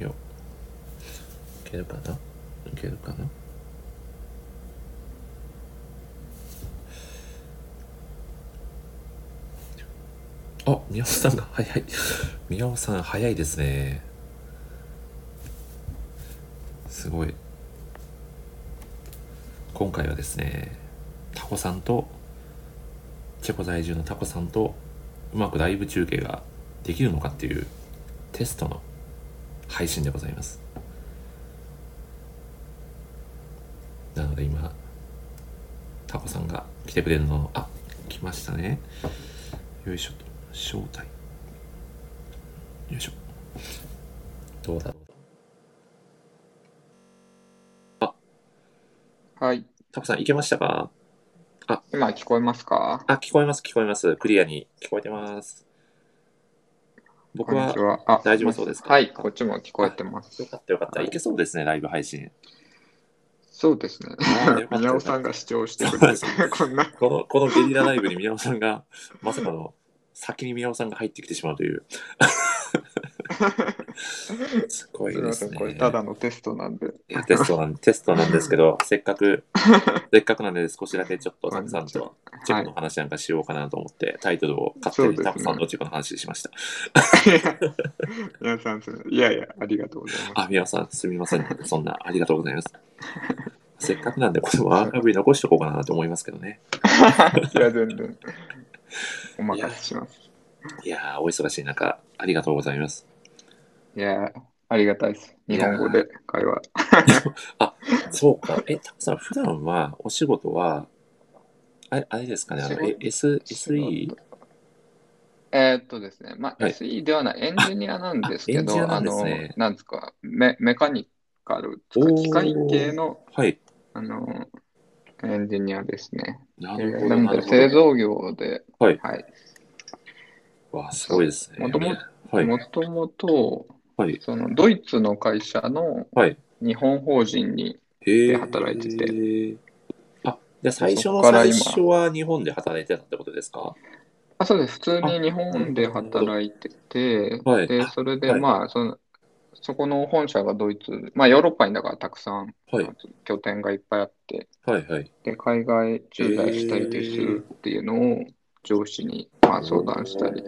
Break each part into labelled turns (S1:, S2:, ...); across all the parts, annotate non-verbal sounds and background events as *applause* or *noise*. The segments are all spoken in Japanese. S1: いやいけるかないけるかなあ宮尾さんが早い宮尾さん早いですねすごい今回はですねタコさんとチェコ在住のタコさんとうまくライブ中継ができるのかっていうテストの配信でございますなので今タコさんが来てくれるのをあ来ましたねよいしょと招待よいしょどうだろう
S2: はい。
S1: タコさんいけましたか
S2: 今聞こえますか
S1: あ聞こえます聞こえますクリアに聞こえてます僕
S2: こんに
S1: は
S2: ちは。あ
S1: 大丈夫そうですか
S2: はい、こっちも聞こえてます。
S1: よかったよかったいけそうですねライブ配
S2: *laughs*
S1: 信
S2: そうですね。
S1: あーよかった
S2: 宮尾さんが主張してくれて
S1: そ、
S2: こんな。
S1: この、このゲリラライブに宮尾さんが、まさかの、先に宮尾さんが入ってきてしまうという。すごい
S2: すみ
S1: で
S2: ますせん、
S1: ね。
S2: これただのテストなんで。
S1: いやテストなん、テストなんですけど、せっかく、せっかくなんで少しだけちょっとタクさんとチェコ
S2: はい
S1: の。話なんかしようかなと思って、タイトルを勝手
S2: そうです
S1: に
S2: ね
S1: タクさんとチェコの話しました。
S2: 皆さんすみません、いやいや、ありがとうございま
S1: あ、宮尾さんすみません。そんな、ありがとうございます。せっかくなんで、これもアーカイブに残しとこうかなと思いますけどね。
S2: す。いや、全然。お任せします。
S1: いやー、お忙しい中、ありがとうございます。
S2: いや、ありがたいです。日本語で会話。
S1: そうか。え、たくさん、普段は、お仕事は、あれあれですかね、あの、え S、SE?
S2: えーっとですね、まあ、
S1: はい
S2: SE ではない、エンジニアなんですけ
S1: あエンジニア
S2: ど、
S1: な
S2: あ
S1: んです
S2: の
S1: ね、
S2: なんですか、メメカニカルと
S1: お
S2: か、
S1: ー
S2: 機械系の、
S1: はい。
S2: あの、エンジニアですね。
S1: な
S2: え
S1: る
S2: ー
S1: ほ
S2: な
S1: ど、な
S2: の
S1: る
S2: で、
S1: ほ
S2: 製
S1: ど。
S2: 造業で、
S1: はい
S2: はい。
S1: わあ、すごいですね。
S2: もとも
S1: はい。
S2: もともと、
S1: はい。
S2: その、ドイツの会社の
S1: はい。
S2: 日本法人に、
S1: へえ。
S2: 働いて
S1: て。あ、じゃあ最初
S2: そ
S1: の
S2: っから
S1: 最
S2: 今
S1: 初は日本で働いてたってことですか
S2: あ、そうです、普通に日本で働いてて、
S1: はい
S2: で、それで、
S1: はい
S2: まあ、その、そこの本社がドイツ、まあ、ヨーロッパにだからたくさん、
S1: はい。
S2: 拠点がいっぱいあって、
S1: はい、はい。
S2: で、海外駐在したりでするっていうのを上司に、まあ、相談したり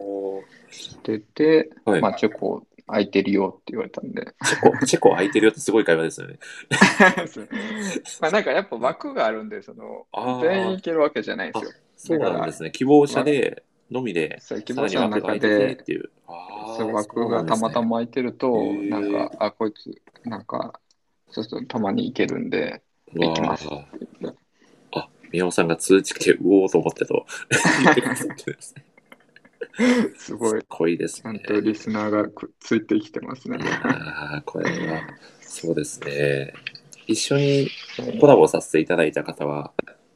S2: してて、
S1: はい
S2: まあ、チェコ空いてるよって言われたんで。
S1: *laughs* チェコ、チェコ空いてるよってすごい会話ですよね。
S2: まあなんかやっぱ枠があるんで、その
S1: あー
S2: 全員行けるわけじゃないんですよ。
S1: そうなんですね。希望者で、のみで、
S2: そういう希
S1: さら
S2: 望
S1: に
S2: 者の
S1: 枠が空
S2: 中
S1: いてて
S2: で
S1: っ、ていう。あ
S2: そう
S1: あ、
S2: 枠がたまた
S1: ま。
S2: ま空いてると、
S1: へー
S2: なんか、あ、こいつ、なんか、そうそう、たまに行けるんで、行きます
S1: わあ。あ、宮尾さんが通知来て、うおーと思ってと。言ってくださってですね
S2: すごい、
S1: すごいです
S2: ちゃん
S1: ね。
S2: とリスナーがくついてきてますね。
S1: ああ、これは、そうですね。一緒にコラボさせていただいた方は、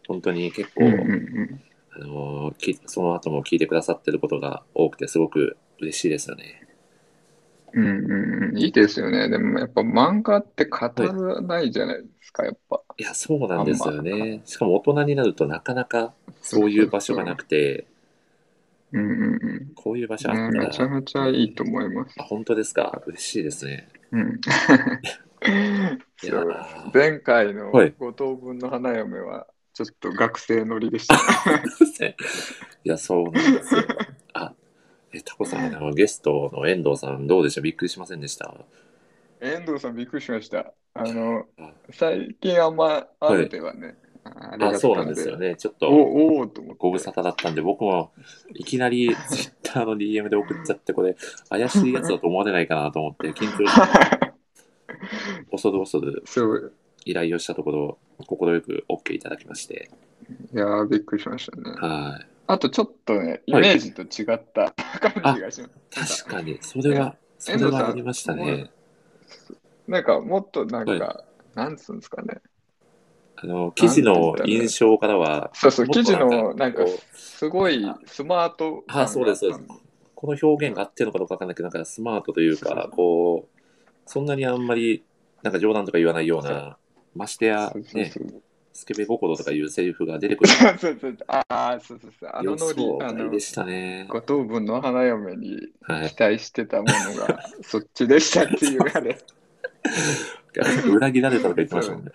S1: 本当に結構、
S2: うんうんうん。
S1: あのーきその後も聞いてくださってることが多くて、すごく嬉しいですよね。
S2: うんうんうん、いいですよね。でもやっぱ漫画って語らないじゃないですか、やっぱ。
S1: いや、そうなんですよね。しかも大人になるとなかなかそういう場所がなくて、
S2: うんうんうん。
S1: こういう場所あ
S2: ね、
S1: った
S2: めちゃ
S1: ら、
S2: めちゃいいと思います。
S1: あ本当ですか嬉し *laughs* いですね。
S2: うん。
S1: いや
S2: そう
S1: ー
S2: 前回の
S1: はい
S2: 五等分の花嫁は、ちょっと学生乗りで
S1: *laughs*
S2: した。
S1: いや、そうなんです
S2: *laughs*
S1: よ。あ、え、タコさん、あの、ゲストの遠藤さん、どうでしたびっくりしませんでした
S2: 遠藤さんびっくりしました。あの
S1: あ、
S2: 最近あんま会うてはね、あれだ
S1: あ、
S2: っ
S1: そう
S2: た
S1: なん
S2: ん
S1: です
S2: で
S1: よ、ね。ちょっ
S2: お
S1: と、
S2: おおーと思って。
S1: ご無沙汰だったんで、僕も、いきなり、
S2: *laughs*
S1: ツイッターの DM で送っちゃって、これ、怪しいやつだと思われないかなと思って、緊張して、
S2: *laughs*
S1: 恐る恐る
S2: そう、
S1: 依頼をしたところ、快く OK いただきまして。
S2: いやーびっくりしましたね。
S1: はい。
S2: あとちょっとね、イメージと違った *laughs* 感じがします。
S1: 確かに、それは、それはありましたね。
S2: なんかもっとなんか、
S1: は
S2: なんつうんですかね。
S1: あの、記事の印象からは、
S2: そうそう、
S1: もっと
S2: 記事の
S1: な
S2: なんん
S1: か
S2: かすごい
S1: あ
S2: スマート感が
S1: あそうですそうですこの表現が合ってるのかどうかわかんないけど、なんかスマートというか、こう、そんなにあんまり、なんか冗談とか言わないような、ましてや
S2: そう、そう
S1: ね、
S2: そう
S1: スケベ心とかいうセリフが出てくる
S2: *laughs* そうそうああ、そうそうそう。あの
S1: 予
S2: ノリ
S1: 想、
S2: あ
S1: 外
S2: の
S1: で、したね。
S2: 五等分の花嫁に
S1: はい
S2: 期待してたものが、 *laughs* そっちでしたっていうあれ。
S1: 裏切られたとか言ってましたも
S2: *laughs*
S1: んね。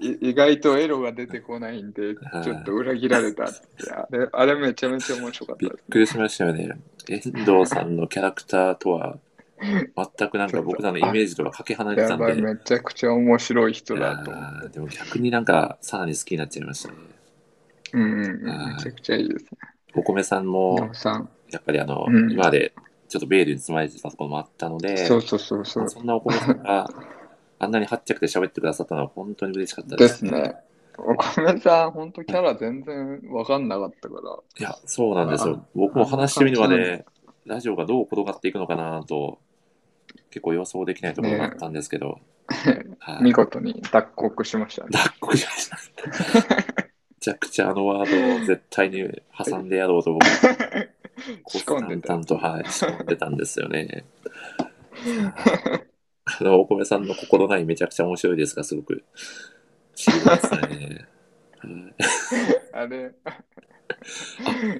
S2: い意外とエロが出てこないんで
S1: は、い
S2: ちょっと裏切られ
S1: *laughs*
S2: たって。あれ、あれめちゃめちゃ面白かっ。
S1: びったくりしましたよね。遠藤さんのキャラクターとは全くなんか僕らのイメージとかかけ離れてた
S2: や
S1: ん
S2: ば
S1: で。
S2: い、めちゃくちゃ面白い人
S1: い
S2: だと思う。
S1: やーでも逆になんかさらに好きになっちゃいましたね。
S2: うんうんうん、
S1: はい
S2: めちゃくちゃいいですね。
S1: お米さんも
S2: 野さん、
S1: やっぱりあの、
S2: うん
S1: 今までちょっとベールに包まれてたところもあったので、
S2: そうそうそうそう。
S1: そんなお米さんが *laughs* あんなにはっちゃくて喋ってくださったのは本当に嬉しかったで。
S2: ですすね。お米さん、本当キャラ全然わかんなかったから。
S1: いや、そうなんですよ
S2: あ。
S1: 僕も話してみれば
S2: あんな感
S1: ね、ラジオがどう転がっていくのかなと、結構予想できないところがあったんですけど、はい
S2: 見事に脱穀しましたね。
S1: 脱穀しま
S2: *laughs*
S1: した。めちゃくちゃあのワードを絶対に挟んでやろう
S2: *laughs*
S1: と僕、
S2: 仕込んでた
S1: 淡々と、はい、仕込んでたんですよね。あの、お米さんの心ないめちゃくちゃ面白いですが、すごく。知りですね。はい
S2: あれ、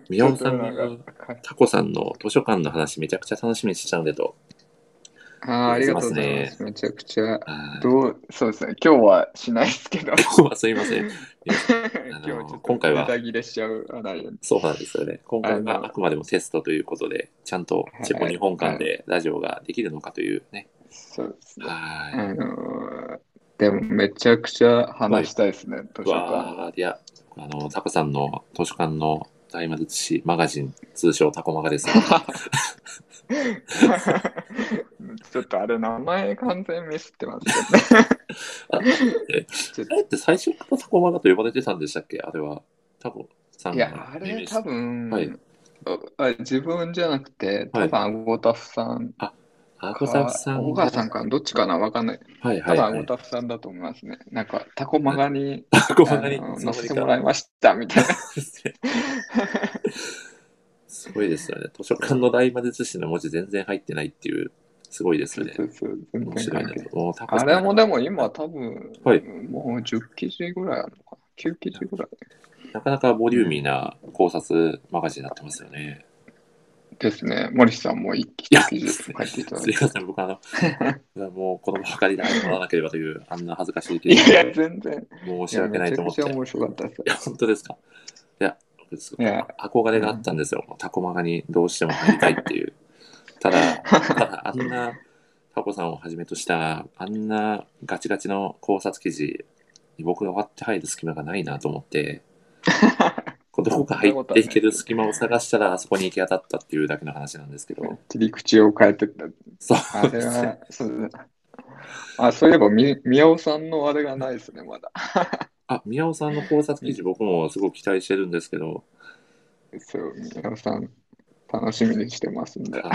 S1: 宮本さん
S2: ちょっとなん
S1: が
S2: か
S1: タコさんの図書館の話めちゃくちゃ楽しみにしてたのでと。
S2: ああありがとうございます。めちゃくちゃ。
S1: はい
S2: どうそうですね、今日はしないで
S1: *laughs*
S2: すけど、
S1: 今日はすいません。
S2: *laughs* 今日ちょっ
S1: 今回
S2: と
S1: は
S2: ネタ切れしちゃうあないよね
S1: そうなんですよね。今回はあくまでもテストということで、ちゃんとチェコ日本館でラジオができるのかというね。
S2: そうですね。
S1: はい。
S2: あのーでもめちゃくちゃ話したいですね、図書館。
S1: わあ、いや、あの、タコさんの図書館の大魔術師マガジン、通称タコマガ
S2: *laughs*
S1: です。
S2: *laughs* ちょっとあれ、名前完全ミスってますよね。
S1: あれって最初からタコマガと呼ばれてたんでしたっけあれは、タコさん
S2: い
S1: が
S2: や、あ
S1: 命名
S2: れ
S1: し
S2: 多分、
S1: はい
S2: ああ自分じゃなくて、多分アゴタフさん
S1: あ
S2: か、
S1: こさんさん
S2: 小川さんか、どっちかな、わかんない。
S1: はい
S2: 多
S1: はい、
S2: 分ア
S1: は
S2: ゴ
S1: い。
S2: タフさんだと思いますね。なんか、タコマガに、
S1: *laughs* タコマガに
S2: あの
S1: その
S2: 載
S1: 時
S2: せ
S1: か
S2: て
S1: ら
S2: もらいましたみたいな。
S1: すごいですよね。図書館の大魔術師の文字全然入ってないっていう、すごいです
S2: そ
S1: よ
S2: う
S1: ね
S2: そ。うそう全
S1: 面
S2: 然
S1: 白い
S2: 関係
S1: ね
S2: ない。。
S1: もうタコさん
S2: あれもでも今多分、
S1: はい
S2: もう10記事ぐらいあるのかな。9記事ぐらい
S1: なかなかボリューミーな考察マガジンになってますよね。
S2: ですね。森さんも1記
S1: いや
S2: 事書いていただい
S1: すい
S2: て。
S1: ません、僕あ
S2: *laughs*
S1: の、もうこのばかりで謝らなければという、あんな恥ずかしい経
S2: いやいや、
S1: 験
S2: 全然。
S1: 申
S2: い
S1: し
S2: や
S1: 訳な
S2: め
S1: い
S2: ち
S1: と
S2: ゃ
S1: 思っ
S2: く
S1: て。
S2: ち
S1: い
S2: ゃ
S1: や、
S2: 面白かったです。
S1: 本当ですか。いや、僕すご
S2: い
S1: い
S2: や
S1: 憧れがあったんですよ。タコマガにどうしても入りたいって *laughs* いう。ただ、ただあんなタコさんをはじめとした、あんなガチガチの考察記事に僕が割って入る隙間がないなと思って、こうどこか入っていける隙間を探したら、あそこに行き当たったっていうだけの話なんですけど。
S2: 切り口を変えてった。
S1: そ
S2: あ
S1: う
S2: れ
S1: ですね。 *laughs*
S2: は、そうあそういえばみ、宮尾さんのあれがないですね、まだ。
S1: あ、宮尾さんの考察記事、僕もすごく期待してるんですけ *laughs* ど、
S2: そう、宮尾さん、楽しみにしてますんで。
S1: あ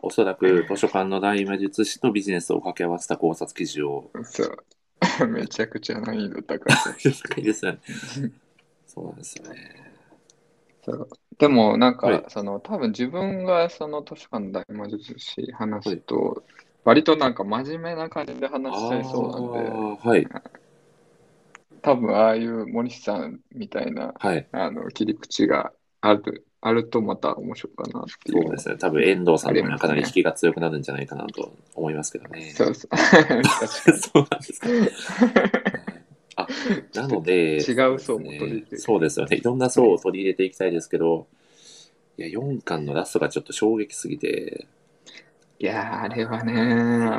S1: おそらく図書館の大魔術師とビジネスを掛け合わせた考察記事を、
S2: そう。 *laughs* めちゃくちゃ難易度高い。
S1: 高いですよね。そうなんですよね。
S2: そうでもなんか、
S1: はい
S2: その多分自分がその図書館の大魔術師話すと、割となんか真面目な感じで話しちゃいそうなんで
S1: あーはい、
S2: 多分ああいう森さんみたいな
S1: はい。
S2: あの切り口があるあるとまた面白いかなってい
S1: そう
S2: う。
S1: ですね。多分遠藤さんの
S2: あります
S1: か
S2: ね
S1: なり引きが強くなるんじゃないかなと思いますけどね。
S2: そうそう *laughs* 確かに
S1: そうなん *laughs* ですか。あ、なので、
S2: 違う層も取り入れて
S1: そうですよね。いろんな層を取り入れていきたいですけど、いや、4巻のラストがちょっと衝撃すぎて、
S2: いやーあれはね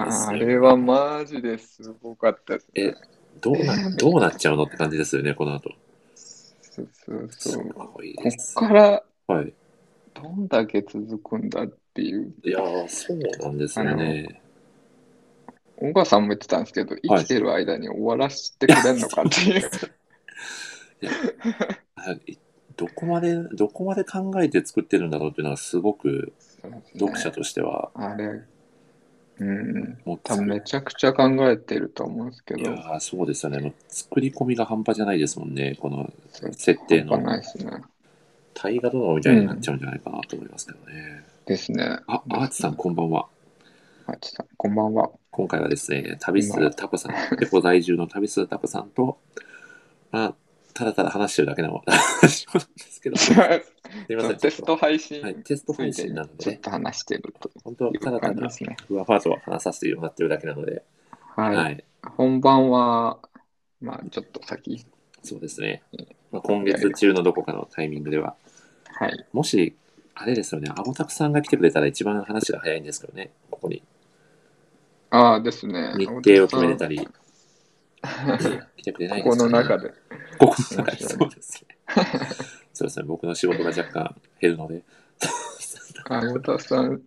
S1: ですよ
S2: あれはマジですごかったですね
S1: えどうな、どうなっちゃうのって感じですよね、この後。
S2: そうそう
S1: す
S2: そうこ
S1: ごいで
S2: っ
S1: す。
S2: から
S1: はい。
S2: どんだけ続くんだっていう
S1: いやー、そうなんですよね。
S2: 小川さんも言ってたんですけど、生きてる間に終わらせてくれんのかっていう。
S1: あいどこまで、どこまで考えて作ってるんだろうっていうのはすごく *laughs* 読者としては、
S2: あれ、うん、
S1: もう
S2: 多
S1: 作
S2: 分めちゃくちゃ考えてると思うんですけ
S1: いや
S2: ど、
S1: ーそうですよね。もう作り込みが半端じゃないですもんね。この
S2: そう
S1: 設定の
S2: 半端ないですね。
S1: 大河ドラマみたいになっちゃうんじゃないかなと思いますけどね。
S2: ですね。
S1: あ、アーチさんこんばんは。
S2: あちさん、こんばんは。
S1: 今回はですね、旅す
S2: *laughs* こんばん
S1: るタコさん、デコ在住の旅するタコさんと、あ、ただただ話してるだけなの話なんですけど、す
S2: じゃあ
S1: みません。
S2: テスト配信
S1: はい、テスト配
S2: について
S1: 信なの
S2: ちょ
S1: で
S2: っ
S1: ね、
S2: と話してると
S1: 本当はた
S2: いう
S1: だた
S2: 感じ
S1: だ
S2: ですね。
S1: ふわふわと話させてもらってるだけなので、
S2: はい。
S1: はい、
S2: 本番は、まあちょっと先。
S1: そうですね。まあ、今月中のどこかのタイミングでは、
S2: はい。
S1: もし、あれですよね、アボタクさんが来てくれたら一番話が早いんですけどね、ここに
S2: ああですね。
S1: 日程を決めれたり、来てくれない
S2: こ
S1: で
S2: こ
S1: すか
S2: の
S1: ね
S2: 中で。
S1: ここの中で、そう
S2: 面白い
S1: ですね。そうですね、僕の仕事が若干減るので。
S2: あ、太田さん、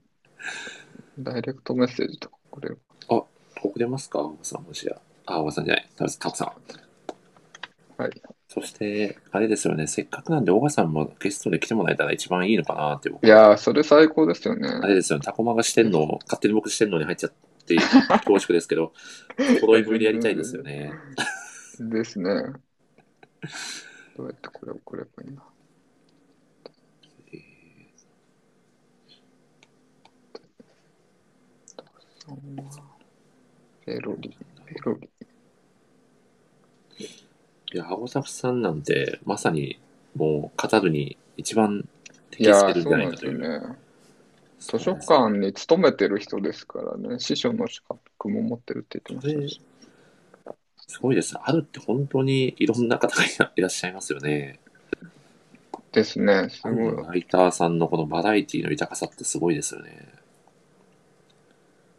S2: ダイレクトメッセージとか、これ、
S1: ここ出ますか、青葉さん、もしや。あ、青葉さんじゃない、タコさん。
S2: はい。
S1: そして、あれですよね、せっかくなんで、小川さんもゲストで来てもらえたら一番いいのかなって、僕
S2: いやー、それ最高ですよね。
S1: あれですよね、タコマがしてんのを、勝手に僕してんのに入っちゃって、恐縮です
S2: *laughs*
S1: けど、揃いぶりでやりたいですよね。
S2: ですね。どうやってこれ送ればいいな。ペロリ、ペロリ。
S1: いや、青作さんなんて、まさに、もう、語るに一番適してるんじゃないかという。
S2: ね。図書館に勤めてる人ですからね、司書の資格も持ってるって言ってましたし、
S1: すごいです。あるって本当にいろんな方がいらいらっしゃいますよね。
S2: ですね、す
S1: あ
S2: ごい
S1: の。ライターさんのこのバラエティの豊かさってすごいですよね。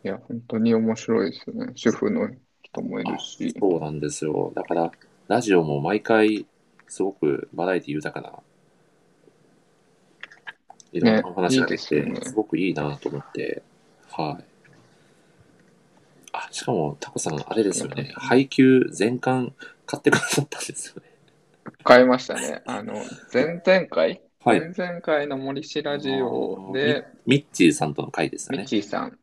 S2: いや、本当に面白いですね。主婦の人もいるし、
S1: そうなんですよ。だから、ラジオも毎回、すごくバラエティ豊かな、いろんなお話ができて、
S2: ねいいですよね
S1: すごくいいなと思って、はい。あ、しかも、タコさん、あれですよね。配給全巻買ってくださったんですよね。
S2: 買いましたね。あの、前々回、
S1: はい。
S2: 前々回の森氏ラジオで、
S1: ミッチーさんとの回でした
S2: ミッ
S1: ね。
S2: チーさん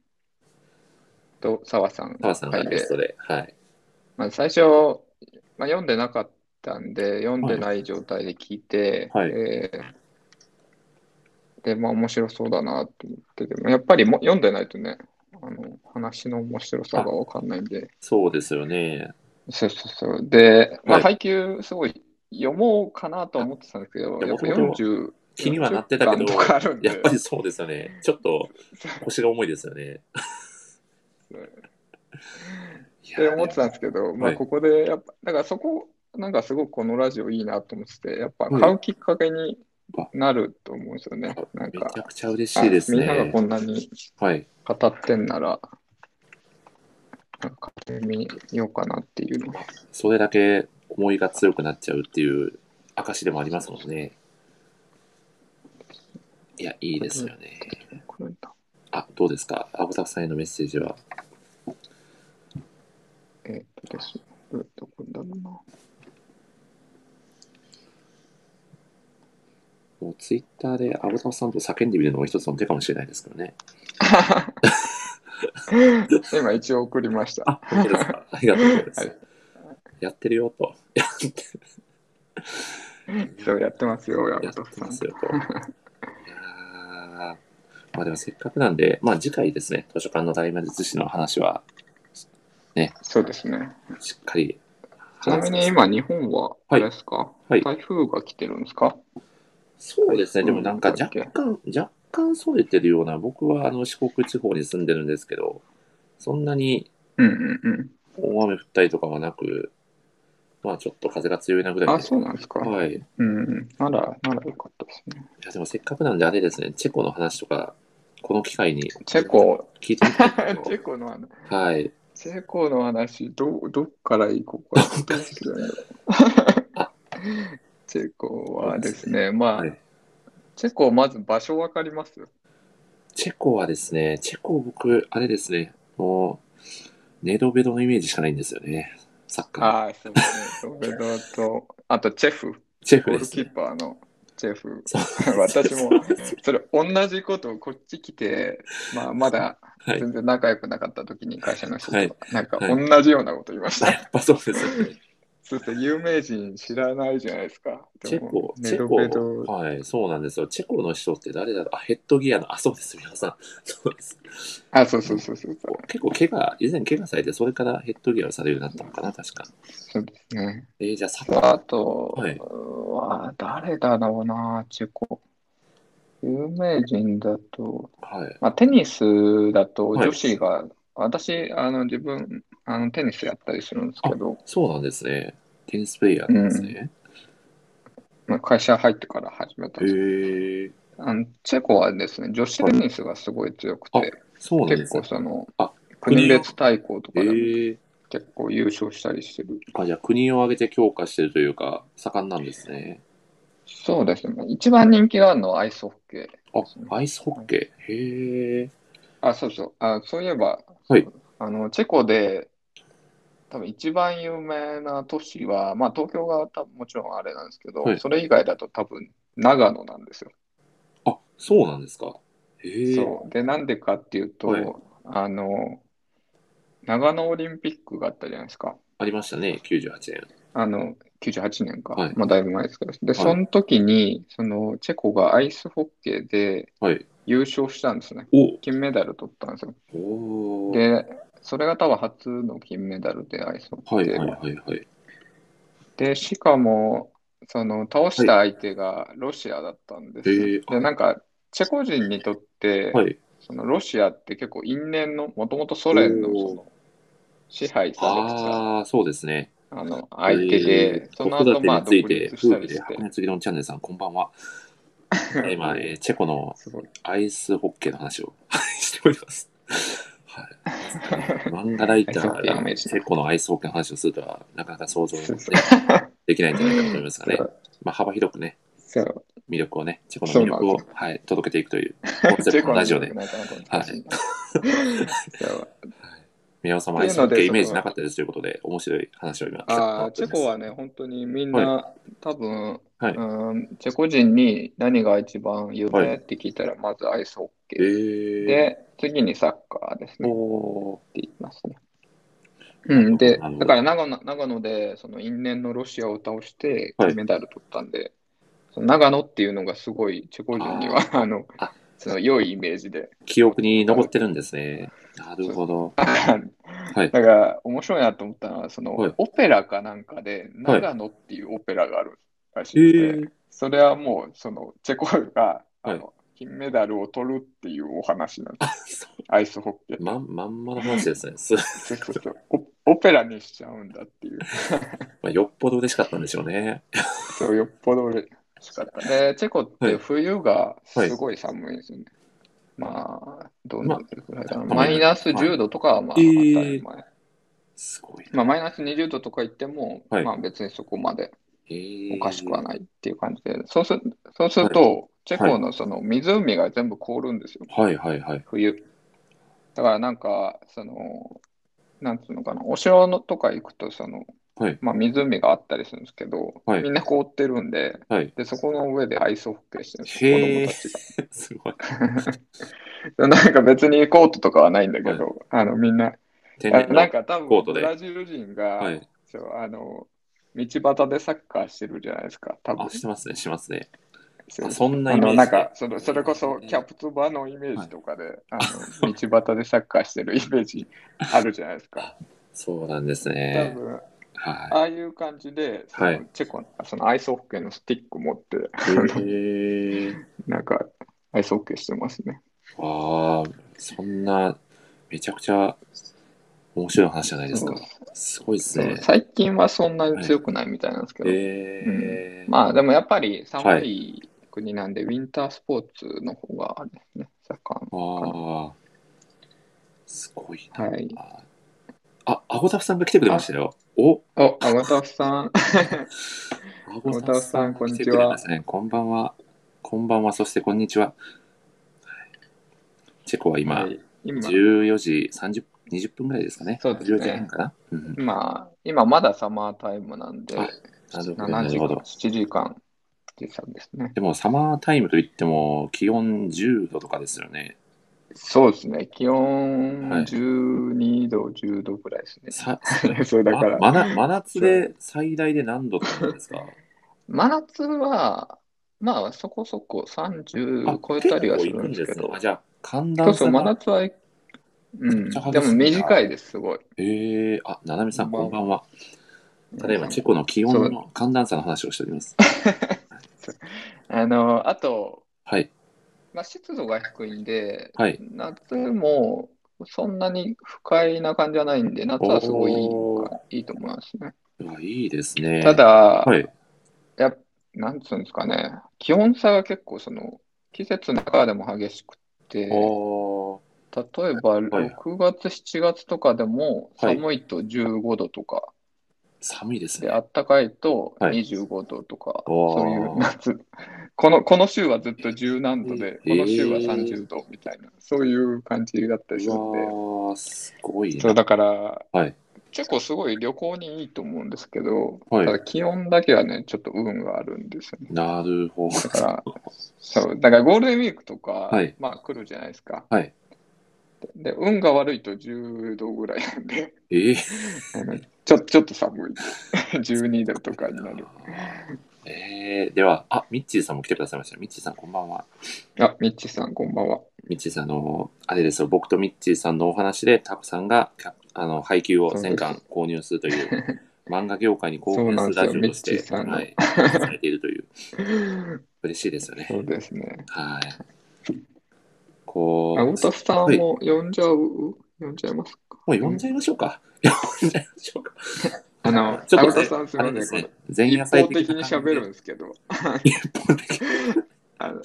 S2: と澤さん
S1: タワさんが
S2: 会
S1: ゲ
S2: で
S1: ス、トで、はい。
S2: まあ、最初、まあ、読んでなかったんで、読んでない状態で聞いて、
S1: はい
S2: えーで、まあ面白そうだなと思って、でもやっぱりも読んでないとね、あの話の面白さがわかんないんで、
S1: そうですよね。
S2: そうそうそう。で、
S1: は
S2: まあ、
S1: い
S2: 配給すごい読もうかなとは思ってたんですけど、
S1: あ
S2: やっぱ
S1: いや元
S2: 40
S1: 気にはなってたけど
S2: 40巻とかあるんで
S1: やっぱりそうですよね。ちょっと腰が重いですよ
S2: *laughs*
S1: ね。い
S2: って
S1: や
S2: 思ってたんですけど、ま
S1: は
S2: あ、
S1: い
S2: ここでやっぱ、だからそこ、なんかすごくこのラジオいいなと思ってて、やっぱ買うきっかけになると思うんですよね。なん
S1: め
S2: か、
S1: ちゃくちゃ嬉しいですね。
S2: あみんながこんなに
S1: はい。
S2: 語ってんなら、なんか買ってみようかなっていうのが。
S1: それだけ思いが強くなっちゃうっていう証でもありますもんね。いや、いいですよね。
S2: これだ
S1: あ、どうですかアボタフさんへのメッセージは。
S2: えーっとですね、どうやって送るんだろうな。
S1: もうツイッターでアボタフさんと叫んでみるのも一つの手かもしれないですけどね。
S2: 今一応送りました。
S1: あ、本当です
S2: *laughs*
S1: か。ありがとうございます。
S2: はい
S1: やってるよと。やって
S2: *laughs* そうやってますよ、
S1: や
S2: 山
S1: って
S2: 本さ
S1: ま
S2: ん。
S1: すよと。いやーまあでもせっかくなんで、まあ次回ですね、図書館の大名術師の話は
S2: そうですね。
S1: しっかり
S2: ちなみ
S1: 話
S2: に
S1: します
S2: 今、日本は、あれですか、
S1: はい
S2: 台風が来てるんですか
S1: そうですね、でもなんか若干、若干それてるような、僕はあの四国地方に住んでるんですけど、そんなに
S2: うんうんうん。
S1: 大雨降ったりとかはなく、まあちょっと風が強いなぐらい
S2: あ、
S1: で
S2: そうなんですか。
S1: はい。
S2: うんうん。なら、ならよかったですね。
S1: いやでもせっかくなんであれですね、チェコの話とか、この機会に
S2: チェコ、
S1: 聞いてみたいんです
S2: *laughs*
S1: け
S2: チェコの話、
S1: ど、はい。
S2: チェコの話、ど、どっから行こうかなと思っ
S1: *laughs*
S2: てるんだけどチェコはですね、まあ、
S1: はい
S2: チェコ、まず場所わかります
S1: チェコはですね、チェコ僕、あれですね、もう、ネドベドのイメージしかないんですよね、サッカーの。
S2: ああ、そうですね。ロベドと、あとチェフ、
S1: チェ
S2: ゴ
S1: フ
S2: ー
S1: で
S2: ル
S1: す
S2: キ
S1: ね
S2: ー。パーのチェフ。
S1: そう
S2: 私も
S1: そうそうそう
S2: それ同じことをこっち来て、まあ、まだ
S1: はい
S2: 全然仲良くなかった時に会社の人と、
S1: はい
S2: なんか
S1: は *laughs*
S2: 同じようなこと言いました。
S1: やっぱそうですよね。
S2: つって有名人知らないじゃないですか。
S1: チ
S2: で
S1: ェ
S2: も
S1: コ、
S2: ネ
S1: チ
S2: ド
S1: ェ
S2: ベ
S1: コ、
S2: ド、
S1: はい、そうなんですよ。チェコの人って誰だろうあ、ヘッドギアの、あ、そうです、皆さん。そうです。
S2: あ、そうそうそうそうそう。
S1: 結構怪我、以前怪我されて、それからヘッドギアをされるようになったのかな、確か。
S2: そうですね。
S1: えーじゃあ、サッ
S2: あと
S1: はいう
S2: わ誰だろうな、チェコ。有名人だと、
S1: はい。
S2: まあ、テニスだと
S1: はい
S2: 女子が、私、あの自分あの、テニスやったりするんですけど、
S1: そうなんですね。テニスプレイヤーなんですね。
S2: まあ、会社入ってから始めたん
S1: へ
S2: ですけど
S1: えー、
S2: あのチェコはですね、女子テニスがすごい強くて、
S1: そうなんで
S2: 結
S1: すね
S2: 構。その
S1: あ、
S2: 国別対抗と
S1: え
S2: かでも
S1: ー、
S2: 結構優勝したりしてる。
S1: あ、じゃあ、国を挙げて強化してるというか、盛んなんですね。
S2: そうですね、一番人気があるのはアイスホッケー。
S1: あ、アイスホッケー。へえー、
S2: あ、そうそう、あ、そういえば、
S1: はい
S2: あのチェコで多分一番有名な都市は、まあ東京が多分もちろんあれなんですけど、
S1: はい
S2: それ以外だと多分長野なんですよ。
S1: あ、そうなんですか。へえー、
S2: そう。で、なんでかっていうと、
S1: はい
S2: あの、長野オリンピックがあったじゃないですか。
S1: ありましたね、98年。
S2: あの、98年か。
S1: はい
S2: まあ、だいぶ前ですけど。で、
S1: い
S2: その時に、その、チェコがアイスホッケーで
S1: はい。
S2: 優勝したんですね。
S1: お
S2: 金メダル取ったんですよ。
S1: おー
S2: で、それが多分初の金メダルで、アイスホ
S1: は
S2: ッ
S1: い
S2: ケー
S1: はい
S2: は。
S1: はいはい。
S2: で、しかも、その、倒した相手がロシアだったんです
S1: へ
S2: ね。
S1: えあ
S2: で、なんか、チェコ人にとって、
S1: はい。
S2: そのロシアって結構因縁の、もともとソ連の
S1: おー
S2: その支配されてた
S1: ああ、そうですね。
S2: あの相手で
S1: え、ー
S2: その
S1: 子
S2: 後
S1: 育て
S2: まあ
S1: につ
S2: 独
S1: いて、
S2: 立し
S1: 夫
S2: た
S1: 婦
S2: り
S1: で
S2: し
S1: 白熱議論チャンネルさん、こんばんは。
S2: て、
S1: 今、えーチェコの
S2: すごい。
S1: アイスホッケーの話をしております。はい。漫画ライタ
S2: アイスホッケーの
S1: ーが
S2: イメージ
S1: チェコのアイスホッケーの話をするとは、なかなか想像
S2: そうそ
S1: できないんじゃないかなと思いますがね
S2: *laughs* そ。う
S1: まあ、幅広くね、
S2: そう
S1: 魅力をね、チェコの魅力
S2: そう
S1: を
S2: なん、
S1: はい、届けていくと
S2: *laughs*
S1: いうコンセプトのラジオで
S2: チェコ、の魅力なんか
S1: はい
S2: なんか
S1: *laughs*
S2: そう
S1: 宮尾様アイスホッケーイメージなかったですということで、面白い話を今、
S2: あーチェコは
S1: ね、
S2: ね、本当にみんな、多分、。
S1: はいう
S2: ん、チェコ人に何が一番有
S1: は
S2: 名
S1: い
S2: って聞いたら、まずアイスホッ
S1: え
S2: ケー。
S1: ー、
S2: で、次にサッカーですね。
S1: おー
S2: って言いますね。うん、で、
S1: なるほど
S2: だから長野長野で、その因縁のロシアを倒して、
S1: はい
S2: 金メダル取ったんで、その長野っていうのがすごい、チェコ人には、あの
S1: あ、
S2: その良いイメージで。
S1: 記憶に残ってるんですね。なるほど。はい。
S2: *laughs* だから、面白いなと思ったのは、その、
S1: はい
S2: オペラかなんかで、
S1: はい
S2: 長野っていうオペラがあるらし
S1: え
S2: いので、
S1: ー、
S2: それはもう、その、チェコが、あ
S1: は
S2: の、金メダルを取るっていうお話なんです。
S1: あそ
S2: アイスホッケー
S1: う。まんまんまの話ですね。す *laughs*
S2: そうそうそうオオペラにしちゃうんだっていう。
S1: まあ、よっぽど嬉しかったんでしょうね。
S2: そう、よっぽど嬉しかった。で、チェコって冬がすごい寒いんですよね。まあ、どんなぐらいかな。
S1: ま
S2: マイナス10度とかはまあ、
S1: え
S2: 当た
S1: ー
S2: り前。
S1: すごいな。
S2: まあ、マイナス20度とか言っても、
S1: はい
S2: まあ別にそこまで
S1: えー
S2: おかしくはないっていう感じで、そうするそうすると、チェコのその湖が全部凍るんですよ、
S1: はいはいはい。 *laughs*
S2: 冬。だからなんか、その、なんつうのかな、お城のとか行くと、その、
S1: はい
S2: まあ湖があったりするんですけど、
S1: はい
S2: みんな凍ってるんで、
S1: はい。
S2: で、そこの上でアイスホッケーしてるんですよ、
S1: へー
S2: 子供たち
S1: すごい。
S2: が。なんか別にコートとかはないんだけど、あのみんな、
S1: 天
S2: あ
S1: 然
S2: なん
S1: の。
S2: か多分
S1: コートで
S2: ブラジル人が、
S1: はい。
S2: そうあの道端でサッカーしてるじゃないですか、多分
S1: あ、してますね、しますね。
S2: そう
S1: あそんな
S2: あ
S1: イメー
S2: の
S1: ジ。
S2: なんかその、それこそキャプツバのイメージとかで、あの道端でサッカーしてるイメージあるじゃないですか。
S1: そうなんです
S2: 多
S1: ね。
S2: 分
S1: は
S2: ああいう感じで、そ
S1: はい
S2: のチェコのそのアイスホッケーのスティック持って、
S1: い。えー、 *laughs*
S2: なんかアイスホッケーしてますね。
S1: ああ、そんな、めちゃくちゃ面白い話じゃないですか
S2: そう。
S1: すごいです
S2: そう
S1: ね。
S2: 最近はそんなに強くないみたいなんですけど、
S1: えー、
S2: まあでもやっぱり寒い国なんで、ウィンタースポーツの方があれですね、サッカ
S1: あ
S2: ー
S1: あ、すごいな。
S2: はい
S1: あ、アゴタフさんが来てくれましたよ。お、
S2: の。お、アゴタフさん。
S1: ア
S2: ゴタフさん
S1: ゴタフ
S2: こん
S1: 来
S2: にち
S1: て
S2: は
S1: くれましたね。こんばんは。こんばんは。そしてこんにちは。チェコは今、
S2: はい今、
S1: 14時30、20分ぐらいですかね。
S2: そうですね
S1: 14時半かな。うん、
S2: まあ、今まだサマータイムなんで、
S1: あなるほど、
S2: 7
S1: な
S2: 時
S1: るほ
S2: 間、
S1: ど。
S2: 7時間時差ですね。
S1: でも、サマータイムといっても、気温10度とかですよね。
S2: そうですね。気温
S1: はい
S2: 12度、10度ぐらいですね。
S1: さ
S2: *laughs* そうだから、
S1: ま真夏真夏で最大で何度ってことですか
S2: 真夏は、まあそこ *laughs* そこ30超えたりはするんですけど
S1: あ、じゃあ寒
S2: そう
S1: 暖
S2: そ
S1: 差
S2: う、真
S1: が。
S2: 夏は、う
S1: め
S2: ん、
S1: っちゃ激しい
S2: でも短いです、すごい。
S1: ええあ、ななみさん、こんばんは。ただいまチェ
S2: ェ
S1: コの気温の寒暖差の話をしております。
S2: あの、あと、
S1: はい、
S2: まあ、湿度が低いんで、
S1: *laughs* はい。
S2: 夏もそんなに不快な感じはないんで、夏はすごいいい
S1: お
S2: いいと思いますね。
S1: うわいいですね。
S2: た、だ、
S1: はい、
S2: やっなんつうんですかね、気温差が結構その季節の中でも激しくて、例え
S1: お
S2: ば6月、7月とかでも
S1: はい
S2: 寒いと15度とか、
S1: 寒いです
S2: で、
S1: ね。
S2: 暖かいと
S1: はい
S2: 25度とか、
S1: おー
S2: そういう夏、この、この週はずっと10何度で、
S1: え
S2: こ
S1: ー
S2: の週は30度みたいな、そういう感じだったりす
S1: う
S2: るんで、
S1: わーすごい
S2: そう
S1: な。
S2: だから、
S1: はい
S2: 結構すごい旅行にいいと思うんですけど、
S1: はい
S2: ただ気温だけはね、ちょっと運があるんですよね。
S1: なるほど。
S2: だから、そう、だからゴールデンウィークとか、
S1: い
S2: まあ来るじゃないですか。
S1: はい
S2: で、運が悪いと10度ぐらいなんで、
S1: ええ
S2: ちょちょっと寒い。12度と *laughs* かになる。
S1: *laughs* ええでは、あ、ミッチーさんも来てくださいました。ミッチーさん、こんばんは。
S2: あ、ミッチさん、こんばんは。
S1: ミッチーさん、あの、あれですよ、僕とミッチーさんのお話で、タコさんがキャあの配給を全巻購入するという、漫画業界に貢献するラジオとし
S2: そうなん
S1: て、
S2: ですよミッチーさん
S1: はい、
S2: の
S1: されているという、嬉しいですよね。
S2: そうですね。
S1: はい。
S2: あ、
S1: こう、
S2: ウトスさん
S1: はい
S2: も呼んじゃう、呼んじゃいますか。
S1: もう呼んじゃいましょうか。呼んじゃいましょうか。
S2: あの、
S1: ちょ
S2: ア
S1: っと
S2: ウト
S1: ね
S2: スさんす
S1: あ
S2: み
S1: れ
S2: ま
S1: です
S2: せん、
S1: ね
S2: こ、
S1: 前
S2: れ。一
S1: 夜祭
S2: 方的に喋るん
S1: る。
S2: ですけど、
S1: 一方的に。
S2: あの、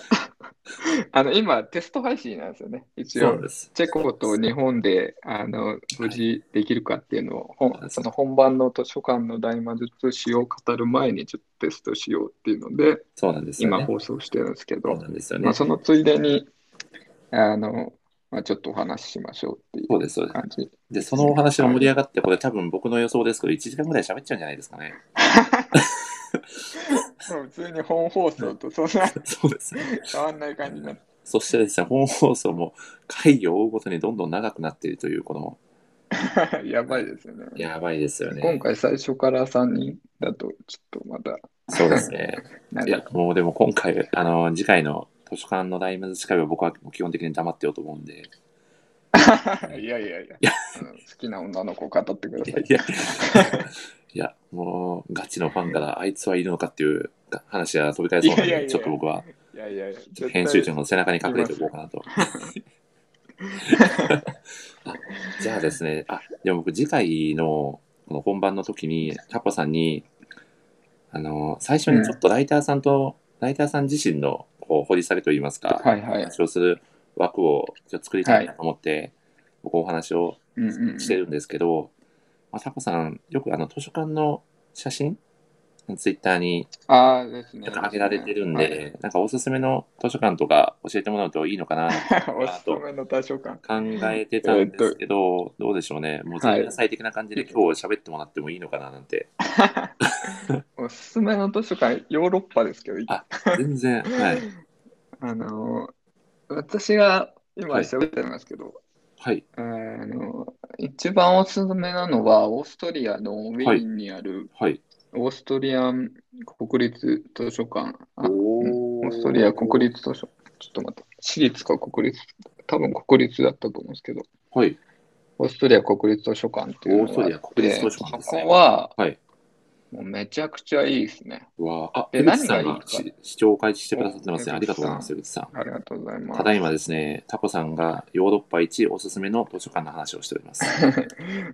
S2: あの *laughs* 今、テスト配信なんですよね。一
S1: そう
S2: 応、
S1: です。
S2: チェコと日本で、あの、無事できるかっていうのを、ほん
S1: はい
S2: その本番の図書館の大魔術史を語る前にちょっとテストしようっていうので、
S1: そうなんですよ
S2: 今
S1: ね。
S2: 放送してるんですけ
S1: そう
S2: ど、
S1: なんですよ
S2: ま
S1: ね
S2: あ、。そのついでに、あの、まあ、ちょっとお話ししましょうってい
S1: そうです、そう
S2: う
S1: です。*laughs*
S2: 感じ。
S1: で、そのお話が盛り上がって、これ多分僕の予想ですけど、1時間ぐらい喋っちゃうんじゃないですかね。 *laughs*
S2: もう普通に本放送とそんな
S1: そうですね。
S2: 変わんない感じになって
S1: そしてですね、本放送も回を追うごとにどんどん長くなっているという、この、
S2: やばいです
S1: *laughs*
S2: よね。
S1: やばいですよ
S2: 今
S1: ね。
S2: 回最初から3人だと、ちょっとまだ、
S1: そうです
S2: *laughs*
S1: ね。
S2: なん
S1: い
S2: か
S1: や、もうでも今回、あの、次回の図書館の大魔術会は僕は基本的に黙ってようと思うんで。
S2: いやいやいや、あの好きな女の子を語ってくだ
S1: いや
S2: さい
S1: い。や、 *laughs* いやもうガチのファンからあいつはいるのかっていう話が飛び交えそうなん
S2: いやいやい
S1: で、
S2: や
S1: ちょっと僕はい
S2: やいやいや、絶対
S1: 編集長の背中に隠れておこうかな
S2: *laughs*
S1: と。あじゃあですね、あ、でも僕次回のこの本番の時に、タポさんに、あの、最初にちょっとライターさんと、ライターさん自身のこう掘り下げといいますか、
S2: はいはい。
S1: 話をする枠をちょっと作りたいなと思って、僕お話を
S2: うんうんうん
S1: してるんですけど、まあ、タコさんよくあの図書館の写真ツイッターに
S2: ああですね。
S1: なんか上げられてるんで、なんかおすすめの図書館とか教えてもらうといいのかな
S2: はい。おすすめの図書館。
S1: 考えてたんですけど、どうでしょうねもう前夜祭的な感じで今日喋ってもらってもいいのかななんて、
S2: おすすめの図書館、ヨーロッパですけど、
S1: あ全然はい
S2: あのー、私が今
S1: はい
S2: 喋ってますけど、
S1: はい
S2: あのー、一番おすすめなのは、オーストリアのウィーンにある
S1: はい
S2: オーストリアン国立図書館。あ
S1: お
S2: オーストリア国立図書、ちょっと待って、私立か国立、多分国立だったと思うんですけど、
S1: はい
S2: オーストリア国立図書館っていうのがあって
S1: オーストリア国立図書館ですね
S2: そこは、
S1: はい
S2: もうめちゃくちゃいいですね。
S1: わあ、
S2: え
S1: 江口さん
S2: 何がいい
S1: が
S2: ですか
S1: し視聴開始してくださってますね。
S2: お
S1: ありがとうございます、江口さん。
S2: ありがとうございます。
S1: ただいまですね、タコさんがヨーロッパ一おすすめの図書館の話をしております。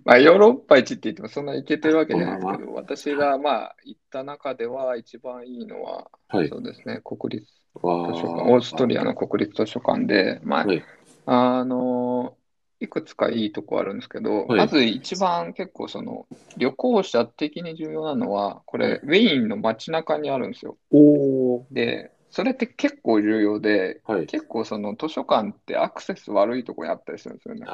S2: まあ、ヨーロッパ一って言ってもそんな行けてるわけじゃないです
S1: こ
S2: け
S1: ん
S2: ど、私がまあ行った中では一番いいのは、
S1: はい。
S2: そうですね、国立
S1: わ
S2: 図書館、オーストリ
S1: ア。
S2: アの国立図書館で、まあ
S1: はい、
S2: あの、いくつかいいとこあるんですけど、
S1: はい
S2: まず一番結構その旅行者的に重要なのは、これ、ウィーンの街中にあるんですよ。
S1: おー。
S2: で、それって結構重要で、
S1: はい。
S2: 結構その図書館ってアクセス悪いとこにあったりするんですよね
S1: あ。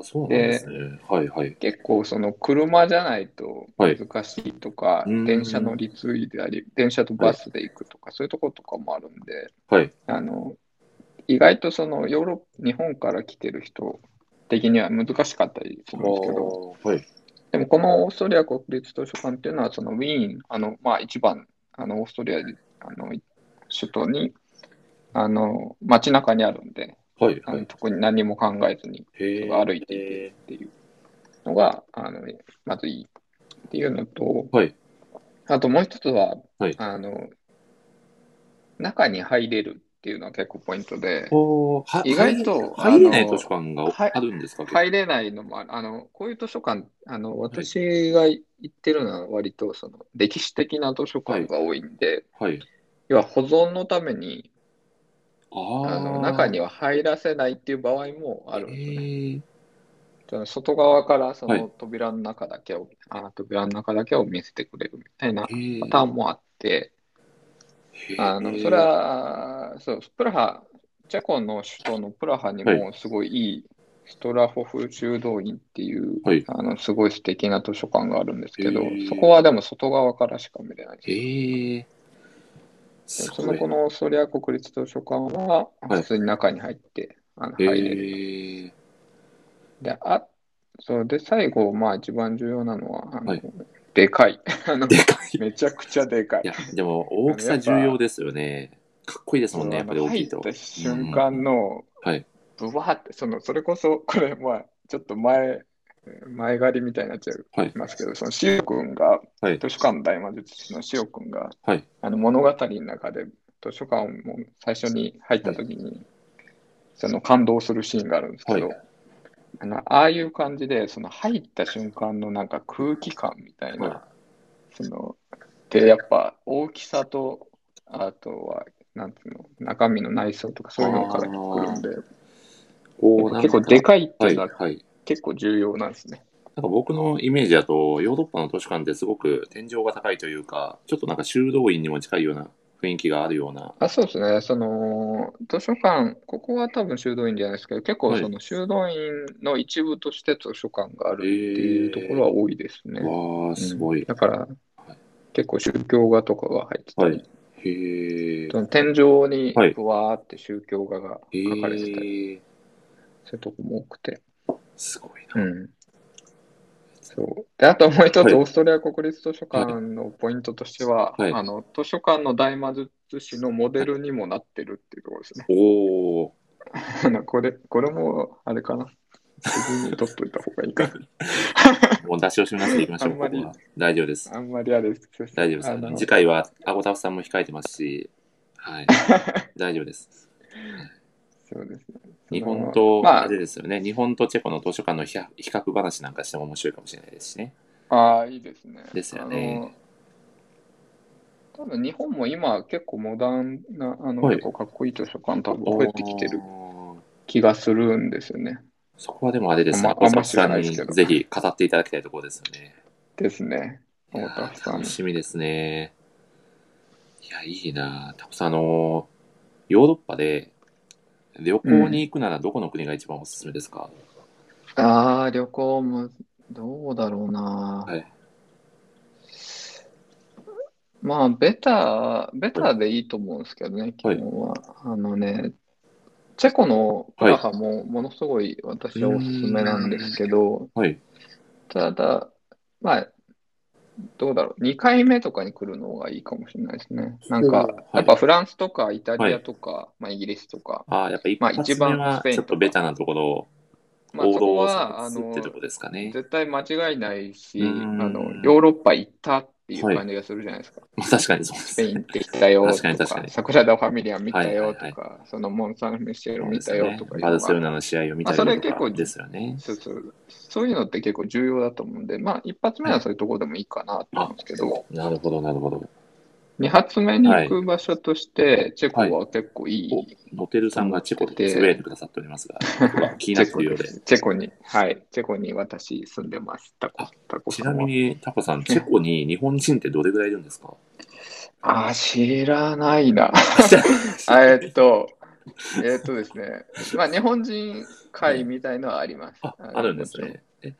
S1: あ、そうなんですね。はいはい。
S2: 結構その車じゃないと
S1: はい
S2: 難しいとか、
S1: うん
S2: 電車乗り継いであり、電車とバスで行くとか、そういうとことかもあるんで、
S1: はい。
S2: あの、意外とそのヨーロッパ、日本から来てる人的には難しかったりするんですけど、
S1: はい。
S2: でもこのオーストリア国立図書館っていうのは、そのウィーン、あの、まあ一番、あの、オーストリアで、あの、首都に、あの、街中にあるんで、
S1: はい。
S2: あ
S1: は
S2: の
S1: い。
S2: 特に何も考えずに
S1: へー
S2: 歩いていけるっていうのが、あの、まずいいっていうのと、
S1: はい。
S2: あともう一つは、
S1: はい
S2: あの、中に入れるっていうのは結構ポイントで、
S1: ほーは
S2: 意外と
S1: 入れない入れ
S2: あ
S1: な
S2: の
S1: い図書館が
S2: はい
S1: あるんですか、
S2: 入れないのもある、あの、こういう図書館、あの、私が行ってるのは割と、その、歴史的な図書館が多いんで、
S1: はい。
S2: 要は保存のために、
S1: あ
S2: あ
S1: ー
S2: の、中には入らせないっていう場合もあるん
S1: へ
S2: ですね。
S1: ー
S2: その外側からそ
S1: はい
S2: の扉の中だけを、あ扉の中だけを見せてくれるみたいな
S1: へー
S2: パターンもあって、
S1: へー
S2: あのそれは、そう、プラハ、チェコの首都のプラハにもすごいいいストラホフ修道院っていう、
S1: はい
S2: あのすごい素敵な図書館があるんですけど
S1: へー、
S2: そこはでも外側からしか見れないです。
S1: へー
S2: ですそ
S1: ご
S2: の
S1: い
S2: こ。のソリア国立図書館は
S1: はい
S2: 普通に中に入って、あの
S1: へ
S2: 入れる。
S1: ー
S2: で、あ、そう、で、最後、まあ一番重要なのは、あの
S1: はい
S2: でかい。 *laughs* あの
S1: でかい。
S2: めちゃくちゃでかい。
S1: いや、でも大きさ重要ですよね。かっこいいですもんね、やっぱり大きいと。
S2: 入った瞬間の、
S1: うんはい
S2: ブワーって、その、それこそ、これ、まあ、ちょっと前、前借りみたいになっちゃい
S1: はい
S2: ますけど、その、シオ君が、
S1: はい
S2: 図書館大魔術師のシオ君が、
S1: はい
S2: あの、物語の中で、図書館をもう最初に入った時に、その、感動するシーンがあるんですけど、
S1: は
S2: あの、ああいう感じで、その、入った瞬間のなんか空気感みたいな、
S1: は
S2: その、で、やっぱ、大きさと、あとは、なんていうの、中身の内装とかそういうのから来るんで、
S1: こうなんか
S2: 結構でかいって
S1: はいいう
S2: のは
S1: はい。
S2: 結構重要なんですね。
S1: なんか僕のイメージだと、ヨーロッパの図書館ってすごく天井が高いというか、ちょっとなんか修道院にも近いような雰囲気があるような。
S2: あ、そうですね。その、図書館、ここは多分修道院じゃないですけど、結構
S1: はい
S2: その修道院の一部として図書館があるっていうところは多いですね。
S1: わあ、すご
S2: うん
S1: い。
S2: だから
S1: い、
S2: 結構宗教画とかが入ってた
S1: は
S2: り
S1: い、。へえ。
S2: その天井に
S1: はい
S2: ぶわーって宗教画が
S1: へ
S2: 書かれてたり、
S1: え。
S2: そういうとこも多くて。
S1: すごいな。
S2: うん。そう。で、あともう一つ、
S1: はい
S2: オーストリア国立図書館のポイントとしては、
S1: はい
S2: あの、図書館の大魔術師のモデルにもなってるっていうところですね。
S1: おお。
S2: あのこれ、これも、あれかな。次に取っといた方がいいか
S1: *laughs*
S2: な。
S1: もう出し惜しみなしでいきましょう、
S2: あん
S1: こ
S2: ま
S1: こ
S2: り
S1: は。大丈夫です。
S2: あんまりあれです。
S1: 大丈夫です。
S2: あ
S1: あの
S2: の
S1: 次回は、アゴタフさんも控えてますし、
S2: *laughs*
S1: はい。大丈夫です。
S2: そうですね。
S1: 日
S2: そ
S1: 本
S2: の
S1: と、
S2: ま
S1: あれですよね。日本とチェコの図書館の比較比較話なんかしても面白いかもしれないですしね。
S2: あ、ああ、いいですね。
S1: ですよね
S2: あの。多分日本も今結構モダンな、あの、
S1: はい
S2: 結構かっこいい図書館多分増えてきてる
S1: おー
S2: 気がするんですよね。
S1: そこはでもあれですね、
S2: まあ
S1: 小沢さ
S2: あんま知らなんいで
S1: に
S2: すけど
S1: ぜひ語っていただきたいところですよね。
S2: ですね。
S1: いや
S2: 太田
S1: ー
S2: さん
S1: 楽。しみですね。いや、いいなタコさん、あのーヨーロッパで旅行に行くならどこの国が一番おすすめですか、
S2: ああ、旅行も、どうだろうな。
S1: はい
S2: まあ、ベタ、ベタでいいと思うんですけどね、基本は。あのね、チェコのプラハもものすごい私はおすすめなんですけど、
S1: はい。
S2: ただ、まあ、どうだろう、2回目とかに来るのがいいかもしれないですね。なんか、
S1: はい
S2: やっぱフランスとかイタリアとか、まあ、イギリスとか、
S1: ああ、やっぱ一
S2: まあ
S1: 発
S2: 一
S1: 目
S2: 番
S1: は
S2: スペイン
S1: ちょっとベタなところを
S2: まあ、
S1: 王
S2: そ
S1: 道
S2: こ
S1: を
S2: は、
S1: 探
S2: あ
S1: す
S2: の
S1: って、とこですかね。
S2: 絶対間違いないし、あ
S1: うん
S2: の、ヨーロッパ行ったっていう感じがするじゃないですか。
S1: まあ *laughs* 確かにそうで
S2: ス
S1: す
S2: ペイ
S1: ね。
S2: ン行ってきたよ
S1: 確かに
S2: と
S1: 確か
S2: か、
S1: に
S2: サクラダ・ファミリア見た
S1: は
S2: よ
S1: い
S2: と
S1: はい
S2: か、そのモン・サン・ミシェル
S1: そう
S2: 見
S1: です
S2: た
S1: よ
S2: よ
S1: ね
S2: とかいうの
S1: バ
S2: が
S1: ルセロナの試合を見たり
S2: まあそれ
S1: と
S2: 結
S1: か
S2: 構
S1: ですよね。
S2: そうそうそういうのって結構重要だと思うんで、まあ、一発目はそういうところでもいいかなと思うんですけど、
S1: なるほど、なるほど。
S2: 二発目に行く場所として、チェコは結構い
S1: お
S2: い、
S1: ノテルさんがチェコでつぶやいてくださっておりますが、僕は気にな
S2: チ
S1: って
S2: ェコ
S1: いるよう
S2: で
S1: で。
S2: す。 *laughs* チェコに、はい、チェコに私住んでます。タコ、タコ
S1: ち
S2: さ
S1: なんみ
S2: は。
S1: に、タコさん、チェコに日本人ってどれぐらいいるんです
S2: *laughs*
S1: か
S2: あー、知らない
S1: *laughs*
S2: な。あえっと、えっとですね、まあ、日本人会みたいのはあります。
S1: あ
S2: の
S1: あるんです。ね。え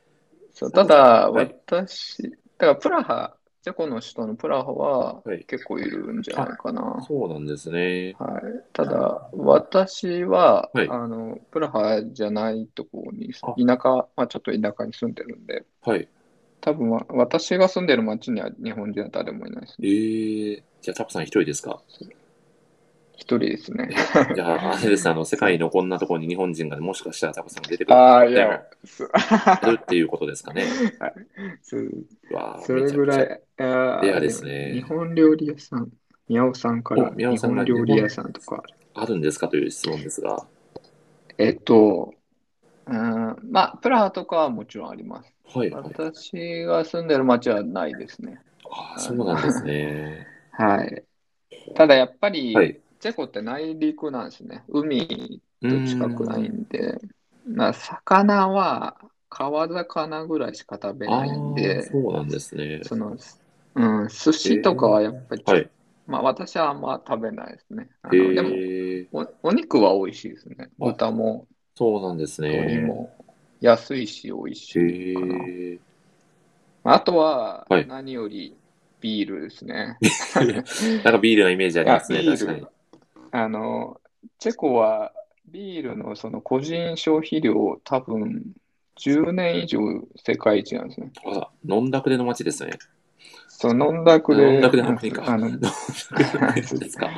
S2: そうただ、
S1: はい
S2: 私、だからプラハチェコの首都のプラハは
S1: はい
S2: 結構いるんじゃないかな。
S1: そうなんですね。
S2: はい、ただ、私は、
S1: はい
S2: あのプラハじゃないところに、田
S1: あ
S2: 舎、まあ、ちょっと田舎に住んでるんで、
S1: はい。
S2: 多分わ私が住んでる町には日本人は誰もいないです
S1: え
S2: ね。
S1: ー、じゃあタコさん一人です
S2: *laughs*
S1: か
S2: 一人ですね。
S1: じゃあ、あれです、あの、世界のこんなところに日本人がもしかしたらタコさんが出てくる
S2: ああ、い
S1: で
S2: や
S1: も、
S2: そ
S1: っていうことですか
S2: *laughs*
S1: ね。
S2: そう
S1: うわー
S2: それぐら
S1: めちゃく
S2: い。あ
S1: レアですね
S2: 日本料理屋さん、宮尾さんから
S1: お
S2: 日
S1: 宮尾さん
S2: 本
S1: が
S2: 料理屋さんとか。
S1: ちゃあるんですかという質問ですが。
S2: えっと、うん、まあ、プラハとかはもちろんあります。
S1: はい、はい。
S2: 私が住んでる町はないですね。
S1: ああ、そうなんです
S2: *laughs*
S1: ね。
S2: はい。ただやっぱり、
S1: はい。
S2: チェコって内陸なんですね。海
S1: う
S2: と
S1: ーん
S2: 近くないんで、な魚は川魚ぐらいしか食べ
S1: あ
S2: ないん
S1: あ、
S2: で、
S1: そうなんですね。
S2: その、うん、寿司とかはやっぱり、
S1: はい。
S2: まあ私はあんま食べないですね。あ
S1: え
S2: のでも
S1: ー、
S2: お、お肉は美味しいですね。豚も
S1: そうなんです
S2: 鶏
S1: ね。
S2: も安いし美味し
S1: え
S2: いかな。
S1: ー、
S2: あとは
S1: はい
S2: 何よりビールですね。
S1: *laughs* なんかビールのイメージありますね、
S2: いやビ
S1: 確
S2: ール
S1: かに。
S2: あの、チェコはビールのその個人消費量を多分10年以上世界一なんですね。
S1: あら、飲んだくれの街ですね。
S2: そう、飲んだくれ、
S1: 飲んだくれの国か。
S2: あ
S1: *laughs*
S2: の、
S1: 飲んだくれの国ですか。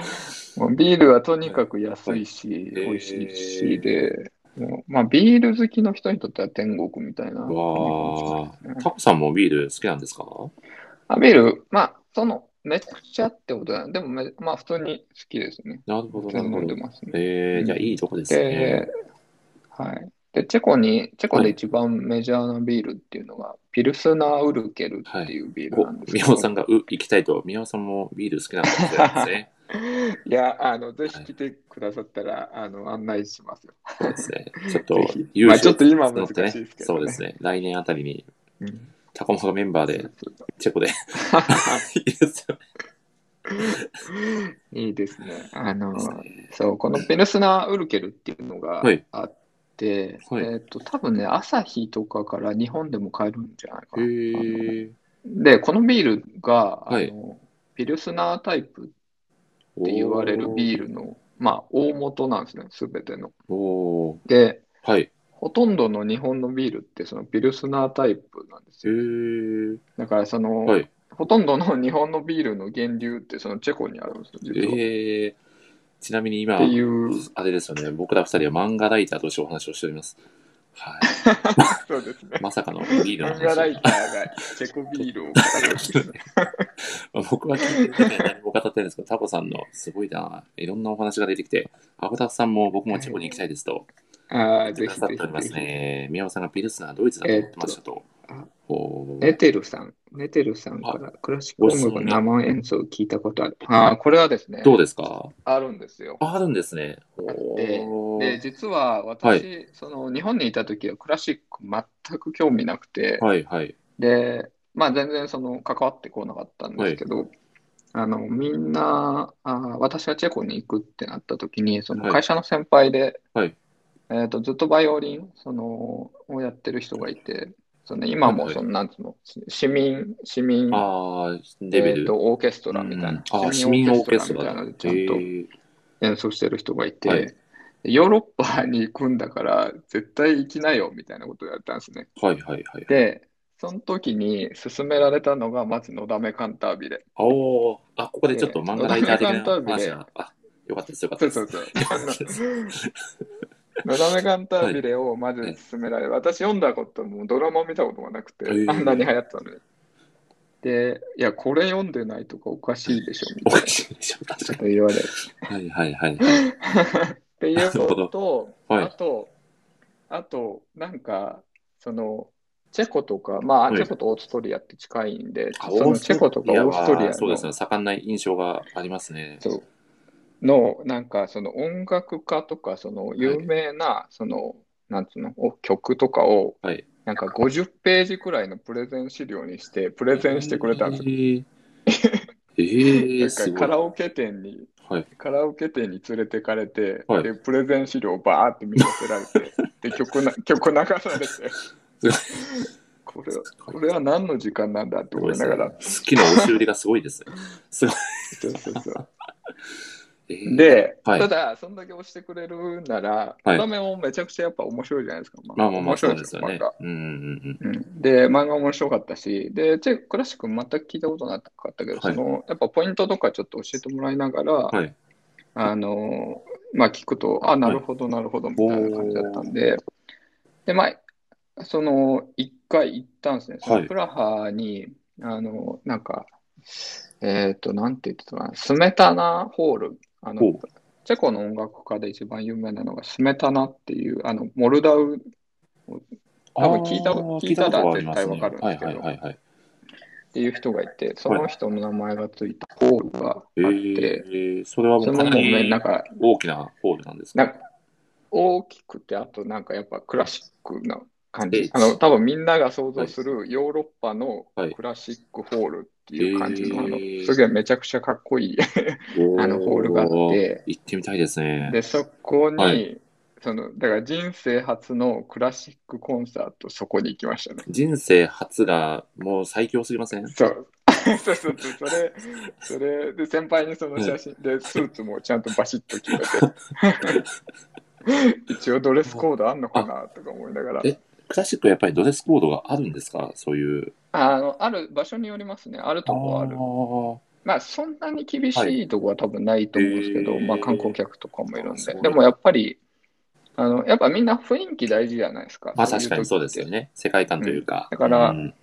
S2: もうビールはとにかく安いし、
S1: はい
S2: 美味しいしで、もうまあ、ビール好きの人にとっては天国みたいな。
S1: わあ、タコさんもビール好きなんですか
S2: あビール、まあ、その、めちゃくちゃってことだ。でもめ、まあ、普通に好きですね。
S1: なるほど、
S2: 普
S1: なる
S2: 通に飲
S1: ほ
S2: んで
S1: ど。
S2: ますね。
S1: えー、じゃあいいとこですね
S2: で。、はい。で、チェコに、チェコで一番メジャーなビールっていうのが、ピルスナーウルケルっていうビール
S1: お
S2: なんですけ
S1: 宮
S2: ど、
S1: 尾さんが、う、行きたいと、宮尾さんもビール好きなんですね。
S2: *laughs* いや、あの、ぜひ来てくださったら、あの、案内しますよ。
S1: そうですね。ちょっと
S2: ぜひ、
S1: 優
S2: まあ
S1: 勝
S2: ちょっと今は難しいですけどね
S1: そうですね。来年あたりに、
S2: うん
S1: タコモがメンバーで、チェ
S2: *laughs*
S1: コで。いいですよ
S2: いいですね。あの、
S1: ね。
S2: そう、このペルスナーウルケルっていうのが
S1: はい
S2: あって、
S1: はい
S2: えっと、多分ね、朝日とかから日本でも買えるんじゃないか
S1: へ
S2: な。
S1: ー。
S2: で、このビールが、あ
S1: はい
S2: の、ピルスナータイプっ
S1: って
S2: 言われるビールの、まあ、大元なんですね、すべての。
S1: ル。おー
S2: で、
S1: はい。
S2: ほとんどの日本のビールって、そのピルスナータイプなんです
S1: へ
S2: よ。
S1: ー。
S2: だから、その、
S1: はい。
S2: ほとんどの日本のビールの源流って、そのチェコにあるんですよ、
S1: え
S2: 実は。
S1: ー。ちなみに今
S2: って、いう、
S1: あれですよね。僕ら二人は漫画ライターとしてお話をしております。はい。
S2: *laughs* そうですね。
S1: まさかのビールの
S2: 漫画ライ
S1: 話。
S2: ターがチェコビールを語るっていうね
S1: 僕は聞いてる時は何も語ってるんですけど、タコさんのすごいな。いろんなお話が出てきて、アボタフさんも僕もチェコに行きたいですと。
S2: ああ、
S1: く
S2: ぜ
S1: だ
S2: ひ
S1: さっておりま
S2: ぜ
S1: す
S2: ひぜひ。
S1: ね。宮尾さんがピルスナードイツだと思ってましたと。
S2: えっと
S1: ほう
S2: ネテルさん、ネテルさんからクラシック音楽の生演奏を聞いたことある。
S1: な
S2: ああー、これはですね、
S1: どうですか
S2: あるんですよ。
S1: ああるんですね。ほう
S2: で、実は私、
S1: は
S2: その日本にいた時はクラシック全く興味なくて、
S1: はいはい。
S2: で、まあ全然その関わってこなかったんですけど、あのみんなあ、私がチェコに行くってなった時に、そ
S1: は
S2: の
S1: い
S2: 会社の先輩で、
S1: はい
S2: えーと、ずっとバイオリンそのをやってる人がいて、その今も
S1: はいはい
S2: その、なんつうの、し市民、市民、
S1: ああ、レ
S2: え
S1: ベ
S2: ー
S1: ル。
S2: と、オーケスト
S1: うん
S2: ラみたいな、
S1: ああ、市民オーケスト
S2: みた
S1: ラ
S2: い
S1: だ。
S2: なのでちゃんと
S1: へー
S2: 演奏してる人がいて、
S1: はい
S2: ヨーロッパに行くんだから絶対行きなよみたいなことをやったんですね。
S1: はいはいはい。
S2: で、その時に勧められたのがまずのだめカンタービレ。
S1: あおーあ、ここでちょっと漫画ライター的な話が。あ、よかったですよかった
S2: そう
S1: です。
S2: そうそう。
S1: よかったです *laughs*
S2: のだめカンタービレをまず勧められ、私読んだこともドラマを見たこともなくて、
S1: へー
S2: あんなに流行ったのに。で、いや、これ読んでないとかおかしいでしょみ
S1: お
S2: たい
S1: か
S2: な
S1: しいでしょ、確
S2: ち
S1: か
S2: ょっと言われる。
S1: に。はいはいはい。
S2: *laughs* っていうのと、
S1: はい
S2: あと、あと、なんか、その、チェコとか、まあ、
S1: はい
S2: チェコとオーストリアって近いんで、
S1: あ
S2: そのチェコとかオーストリア
S1: はそうですね、
S2: の、
S1: 盛んない印象がありますね。
S2: そうの、なんか、その音楽家とか、その有名な、その、なんつうの、お曲とかを、
S1: はい
S2: なんか50ページくらいのプレゼン資料にして、プレゼンしてくれたんですよ。
S1: ええ
S2: な
S1: ー、
S2: んか
S1: すご
S2: カ
S1: い。
S2: ラオケ店に、
S1: はい
S2: カラオケ店に連れてかれて、
S1: はい
S2: でプレゼン
S1: *laughs*
S2: 資料をバーって見させられて、で曲な曲流されて、これは、これは何の時間なんだって
S1: すご
S2: 思
S1: いで
S2: い
S1: す
S2: な
S1: ね
S2: がら。
S1: 好きな押し売りがすごいですね。
S2: そうそうそう
S1: えー
S2: で、
S1: はい
S2: ただ、そんだけ押してくれるなら、
S1: はい
S2: 画面もめちゃくちゃやっぱ面白いじゃないですか。漫
S1: ま
S2: 画
S1: あまあまあ、
S2: 面
S1: そ
S2: 白
S1: う
S2: い
S1: ですよ
S2: よ
S1: ね
S2: 漫画。
S1: うんうん
S2: うんで、漫画面白かったし、で、チェクラシック全く聞いたことなかったけど、
S1: はい
S2: その、やっぱポイントとかちょっと教えてもらいながら、
S1: はい
S2: あの、まあ聞くと、あ、なるほど、なるほど、みたいな感じだったんで、で、まあ、その、一回行ったんですね。その
S1: はい
S2: プラハに、あの、なんか、えっと、なんて言ってたかな、スメタナホール、あ
S1: ほ
S2: の、チェコの音楽家で一番有名なのがスメタナっていう、あの、モルダウ
S1: うん。
S2: 多分聞いた
S1: あー
S2: 聞いたら
S1: ことはありますね
S2: 絶対わかるんですけど
S1: はいはいはいはい。
S2: っていう人がいて、その人の名前がついたホールがあっ
S1: え
S2: て、
S1: ー、それはも
S2: そうの
S1: か
S2: も
S1: な
S2: うね、
S1: り
S2: なんか、
S1: 大きなホールなんです
S2: なん
S1: か
S2: か大きくて、あとなんかやっぱクラシックな感
S1: ええ
S2: じ。あの、多分みんなが想像するヨーロッパの
S1: はい
S2: クラシックホールっていう感じの、あの
S1: ええ、
S2: すげえめちゃくちゃかっこいい。 *laughs* あのホールがあって
S1: おー行ってみたいですね。
S2: で、そこに、
S1: はい
S2: その、だから人生初のクラシックコンサート、そこに行きましたね。
S1: 人生初がもう最強すぎません
S2: そう。 *laughs* そうそうそう、それ、それで、先輩にその写真で、スーツもちゃんとバシッと決め
S1: *laughs*
S2: て、一応ドレスコードあんのかなとか思いながら
S1: え、クラシックはやっぱりドレスコードがあるんですかそういう。
S2: あの、ある場所によりますね、あるとこはある。まあ、そんなに厳しいとこは多分ないと思うんですけど、
S1: はい
S2: まあ、観光客とかもいるん
S1: あそう
S2: で
S1: な、んだ
S2: でもやっぱり、あの、やっぱみんな雰囲気大事じゃないですか、
S1: まあ
S2: そういう
S1: 確かにそうです
S2: 時
S1: よ
S2: って。
S1: ね。世界観というか。
S2: うんだから
S1: うん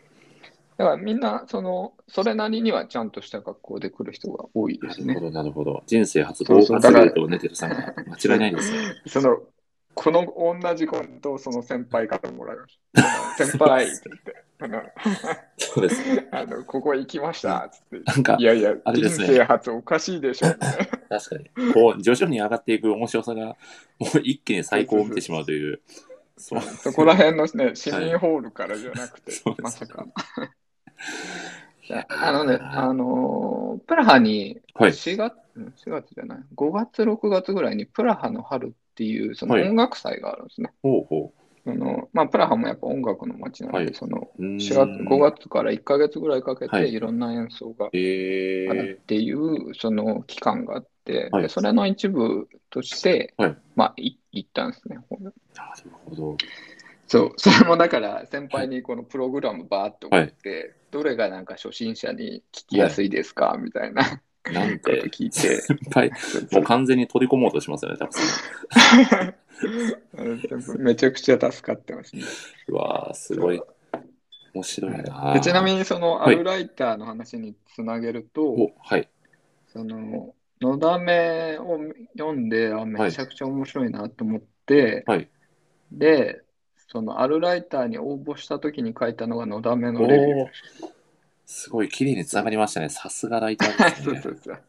S2: だからみんな、その、それなりにはちゃんとした格好で来る人が多いで
S1: な
S2: す
S1: るほ
S2: ね。
S1: ど、なるほど。人生初
S2: そう
S1: 合
S2: そう
S1: 格
S2: だから
S1: ルートを寝てるさんが間違いないですね。
S2: その、この同じコントをその先輩からもらいました。先輩って言って、あの、
S1: *laughs* そうです。
S2: あのここ行きましたっつって。
S1: なんか
S2: い、やいや、
S1: あれ
S2: 人
S1: ですね
S2: 生初おかしい
S1: *laughs*
S2: でしょ。みたいな
S1: 確かに。こう、徐々に上がっていく面白さが、もう一気に最高を見てしまうという。そう。
S2: そこら辺のね、市民ホールからじゃなくて、
S1: そうです
S2: まさか。いやあのね、あのープラハに
S1: はい。
S2: 4月、うん4月じゃない、5月、6月ぐらいにプラハの春っていうその
S1: はい
S2: 音楽祭があるんですね。
S1: ほうほ
S2: そのまあ、プラハもやっぱ音楽の街なので、
S1: はい
S2: その
S1: う。うーん
S2: 4月、5。月から1ヶ月ぐらいかけ
S1: は
S2: て
S1: い
S2: いろんな演奏が
S1: え
S2: あ
S1: ー
S2: る。っていうその期間があって、
S1: はい
S2: でそれの一部として、
S1: はい
S2: まあい行ったんですね。
S1: なるほど。
S2: そう、それもだから先輩にこのプログラムバーって送って、どれがなんか初心者に聞きやすいですか、みたいなこ
S1: なん
S2: と
S1: て、
S2: 聞いて、
S1: 先輩、もう完全に取り込もうとしますよね、多分。
S2: めちゃくちゃ助かってますね。
S1: うわー、すごい。面白いな
S2: で
S1: ー。
S2: ちなみにそのア
S1: はい
S2: ルライターの話につなげると、
S1: お、はい。
S2: そののだめを読んで、あ、めちゃくちゃ面白いなと思って、
S1: はい
S2: で、そのアルライターに応募した時に書いたのがのだめ
S1: お
S2: のレビュー。
S1: ーすごい、綺麗に繋がりましたね。さすがライターです
S2: そう
S1: ね
S2: *laughs* そ。うそう。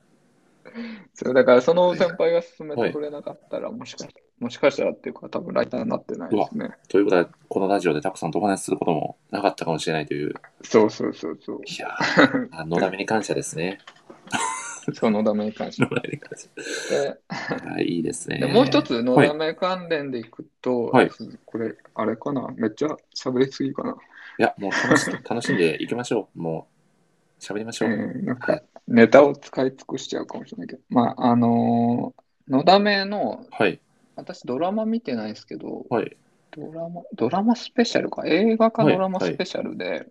S2: そうだからその先輩が勧めてくれなかったら、もしかしたら、もしかしたらっていうか、多分ライターになってないですね。
S1: ということは、このラジオでたくさんとお話しすることもなかったかもしれないという。
S2: そうそうそうそう。
S1: いやー、
S2: *laughs*
S1: あのだめに感謝ですね。
S2: そのダメに関し
S1: のだめに感謝。 *laughs*
S2: て。
S1: あいいですね。
S2: でもう一。つの
S1: はい
S2: ダメ関連でいくと、
S1: はい
S2: これ、あれかなめっちゃ喋りすぎかな、
S1: いや、もう楽し楽しんでいきましょう。もう、喋りましょう。
S2: うん、なんか、ネタを使い尽くしちゃうかもしれないけど。まあ、あのーのだめの、
S1: はい、
S2: 私ドラマ見てないですけど、
S1: はい、
S2: ドラマ、ドラマスペシャルか、映画か
S1: はい
S2: ドラマスペシャルで、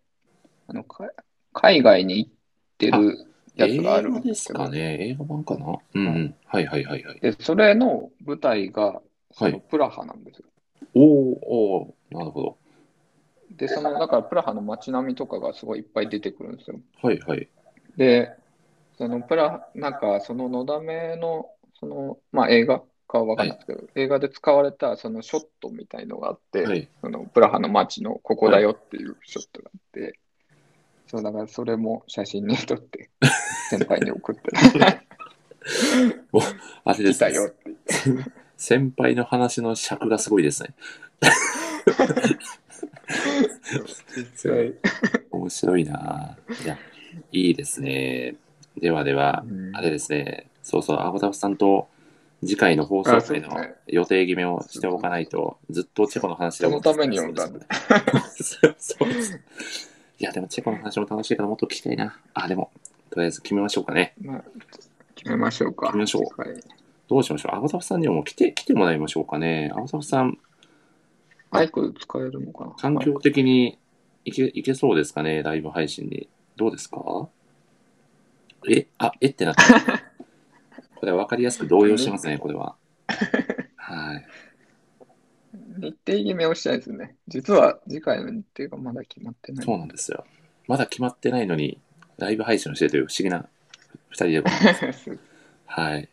S2: あの、か海外に行ってるやつ
S1: 映
S2: があ
S1: 画
S2: るんで
S1: ですす
S2: けど、
S1: かね。映画版かなうんうん。はいはいはいはい。
S2: で、それの舞台が、そ
S1: はい
S2: のプラハなんですよ。
S1: おーおーなるほど。
S2: で、その、だからプラハの街並みとかがすごいいっぱい出てくるんですよ。
S1: はいはい。
S2: で、そのプラ、なんか、そののだめの、その、まあ映画かはわかんないですけど、映画で使われたそのショットみたいのがあって、
S1: はい。
S2: そのプラハの街のここだよっていうショットがあって、そうだからそれも写真に
S1: *laughs*
S2: 撮って、先輩に送って、
S1: あれで
S2: 来
S1: す
S2: た
S1: ね。
S2: よって。
S1: 先輩の話の尺がすごい *laughs* ですね。
S2: 実際、
S1: 面白いなぁいや、いいですね。ではでは、あれですね、そうそう、アゴタフさんと次回の放送
S2: あそ
S1: 回
S2: うです
S1: の
S2: ね
S1: 予定決めをしておかないと、ずっとチェコの話で
S2: そのため *laughs* に読んだんだ
S1: そうですそうですいや、でもチェコの話も楽しいからもっと聞きたいな。あ、でも、とりあえず決めましょうかね。
S2: まあ、決めましょうか。
S1: 決めましょう
S2: 次回
S1: どうしましょう。アゴタフさんにはもう来て、来てもらいましょうかね。アゴタフさん、
S2: マイク使えるのかな
S1: 環境的にいけいけそうですかね、ライブ配信に。どうですかえ、あ、えってな
S2: *laughs*
S1: った。これは分かりやすく動揺してますね、これは。はい。
S2: 日程決めをしたいですね。実は次回の日程がまだ決まってない。
S1: そうなんですよ。まだ決まってないのに、ライブ配信をしてるという不思議な二人でございます。
S2: *laughs*
S1: はい。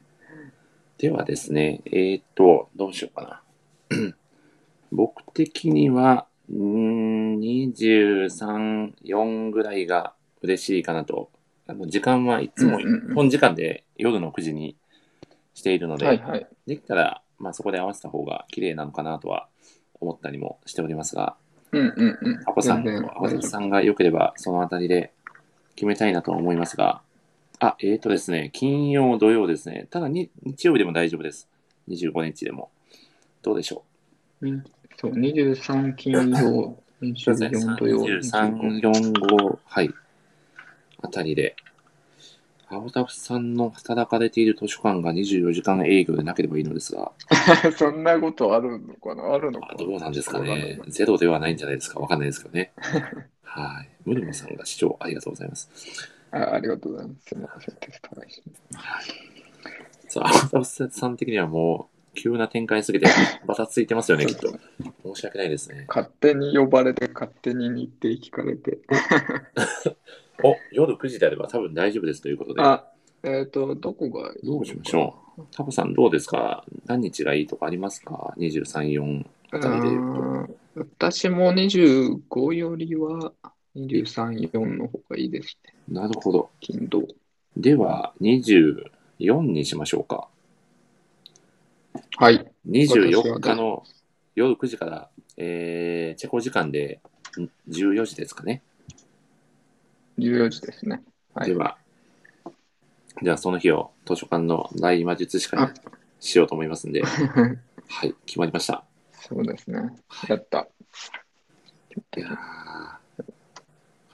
S1: ではですね、えーっと、どうしようかな。 *clears throat* 僕的には、うーん23、4ぐらいが嬉しいかなと。あの時間はいつも
S2: うんうんうん
S1: 日本時間で夜の9時にしているので、
S2: はいはい。
S1: できたら、まあ、そこで合わせた方が綺麗なのかなとは思ったりもしておりますが、
S2: うんうんうん。
S1: アコさん
S2: 全然
S1: とアコさんが良ければ、そのあたりで決めたいなと思いますが、あ、えーとですね、金曜、土曜ですね、ただに日曜日でも大丈夫です。25日でも。どうでしょ
S2: うんそう、23金曜、
S1: う。そうですね
S2: 24土曜、
S1: 23、4、5、はい。あたりで。青田さんの働かれている図書館が24時間営業でなければいいのですが、
S2: 25そんなことあるのかなあるのか
S1: あ
S2: な
S1: どうなんですか
S2: わんない
S1: ね。ゼロではないんじゃないですか。わかんないですけどね。はい。ムルマさんが視聴ありがとうございます。
S2: あありがとうございます。すみません、テスト配信。
S1: そう、アルタスさん的にはもう、急な展開すぎて、バタついてますよね、きっと。申し訳ないですね。
S2: 勝手に呼ばれて、勝手に日程聞かれて。
S1: お、夜9時であれば多分大丈夫ですということで。
S2: あ、えっ、と、どこがいいの
S1: ど
S2: か
S1: うしましょう。タコさんどうですか何日がいいとかありますか ?23、4あたりで言うと。
S2: うーん私も25よりは23、4の方がいいですね。
S1: なるほど。
S2: 金土。
S1: では、24にしましょうか。
S2: はい。
S1: 24日の夜9時から、えー、チェコ時間でん14時ですかね。
S2: 14時ですね。 *laughs* はい
S1: で。は、ではその日を図書館の大魔術師会
S2: あ
S1: にしようと思いますんで、はい、決まりました。
S2: そうですね。やった。
S1: いや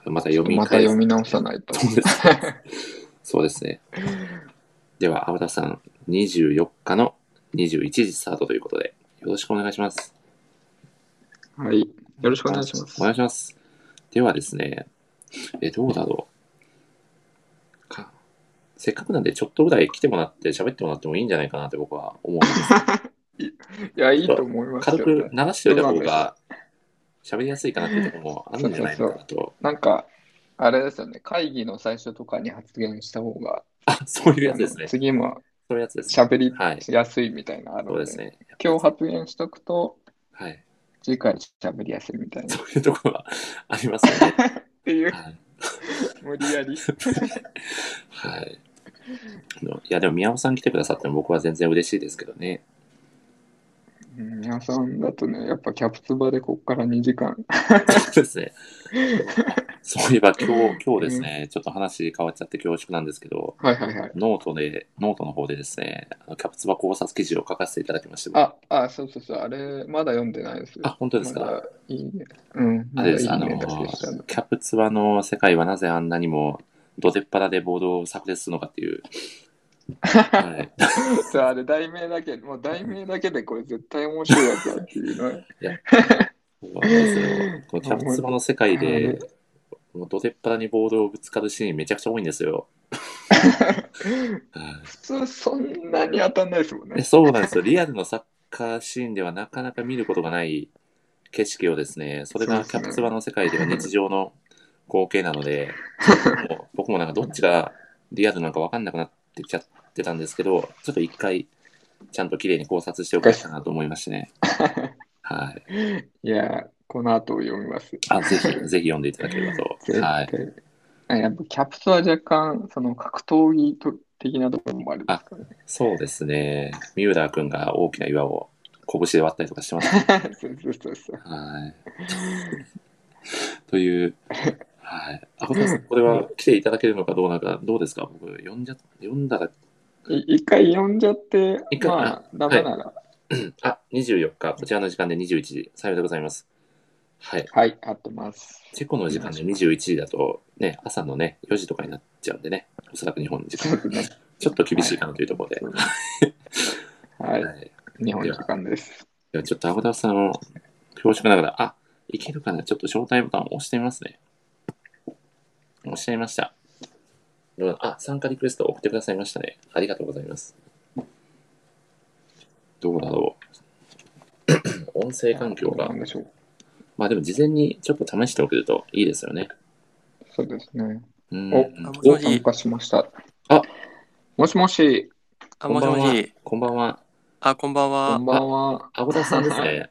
S1: ーまた読み
S2: また
S1: 返
S2: 読
S1: す。
S2: み直さないと。
S1: そうですね。そうですね。では、青田さん、24日の21時スタートということで、よろしくお願いします。
S2: はい。よろしくお願いします
S1: お。願いします。ではですね、え、どうだろう。か。せっかくなんで、ちょっとぐらい来てもらって、喋ってもらってもいいんじゃないかなって僕は思うん
S2: *laughs*
S1: です。
S2: いや、いいと思います
S1: 軽く
S2: よ。
S1: 流しておいた方が、喋りやすいかなっていうところもあるんじゃないのかなと。
S2: なんか、あれですよね。会議の最初とかに発言した方が、
S1: *laughs* あ、そういうやつです
S2: あの
S1: ね。そ
S2: 次も
S1: ういうやつですね。
S2: 喋り
S1: はい。
S2: やすいみたいなのある
S1: そ
S2: の
S1: う
S2: で、
S1: ですね。
S2: 今日発言しとくと、
S1: はい。 *laughs*
S2: 次回喋りやすいみたいな。っ
S1: そういうところはありますよ
S2: *laughs*
S1: ね。
S2: ていう、
S1: はい。
S2: 無理やり。
S1: はい。あのいや、でも宮尾さん来てくださっても僕は全然嬉しいですけどね。 *laughs*
S2: うん皆さんだとね、やっぱキャプツバでこっから2時間。
S1: そうですね。そういえば今
S2: *laughs*
S1: 日、今日ですね、ちょっと話変わっちゃって恐縮なんですけど、
S2: はいはいはい。
S1: ノートで、ノートの方でですね、あのキャプツバ考察記事を書かせていただきまして、僕
S2: あ、あ、そうそうそう、あれ、まだ読んでないです。
S1: あ、本当ですか、
S2: まだいいね。うん。
S1: あれです、あ
S2: まだ
S1: の
S2: いいねだけしたの、
S1: キャプツバの世界はなぜあんなにも、どてっぱらでボードを炸裂するのかって
S2: *laughs*
S1: いう。はい、
S2: そうあれ、題名だけ、もう題名だけでこれ絶対面白いやつだっていう
S1: そ
S2: の。
S1: うなんですよこの
S2: *laughs*
S1: キャプツバの世界で、もうどてっぱらにボードをぶつかるシーンめちゃくちゃ多いんです
S2: *laughs*
S1: よ。はい
S2: 普通、そんなに当たんないですもん
S1: え
S2: ね。
S1: そうなんですよ。リアルのサッカーシーンではなかなか見ることがない景色をですね、それがキ
S2: そうです
S1: ャ
S2: ね
S1: プツバの世界では日常の光景なので、もう僕もなんかどっちがリアルなのか分かんなくなってきちゃってたんですけど、ちょっと一回ちゃんと綺麗に考察しておきたいなと思いまして
S2: *laughs*
S1: ね。はい。
S2: いや、この後読みます。
S1: あ、ぜひ、ぜひ読んでいただければ
S2: 絶
S1: と。は
S2: 対
S1: い。。
S2: あやっぱキャプツは若干、その格闘技と的なところもありますからね。
S1: そうですね。三浦君が大きな岩を拳で割ったりとかしてますね
S2: *laughs* そうそうそうそう。
S1: はい。という、はい。あ、これこれは来ていただけるのかどうなのか、どうですか僕、呼んじゃ、呼んだら
S2: い一回呼んじゃって、
S1: 一回
S2: まあ、ダメなら、
S1: あ、24日、こちらの時間で21時、さようでございます。はい。
S2: はい、合って
S1: *laughs*
S2: ます。
S1: チェコの時間で21時だと、ね、朝のね、4時とかになっちゃうんでね、おそらく日本の時間
S2: そうですね
S1: ちょっと厳しいかなというところで。
S2: は、
S1: はいい。
S2: 日本時間です。
S1: ではちょっとアゴダさんを恐縮ながら、あ、いけるかなちょっと招待ボタンを押してみますね。押しちゃいました。どうだあ、参加リクエスト送ってくださいましたね。ありがとうございます。どうだろう。 *coughs* 音声環境
S2: どう
S1: が
S2: なん。でしょう。
S1: まあでも事前にちょっと試しておけるといいですよね。
S2: そうですね。
S1: うん。
S2: お
S3: あもし
S2: お
S3: も
S2: 参
S3: し、
S2: 加しました。
S1: あ
S2: もしもし、
S3: あ、もしもし、
S1: こんばんは。
S3: あ、こんばん
S2: こ
S3: は
S2: ん。ばんは。
S1: アゴダさんです
S3: *laughs*
S1: ね。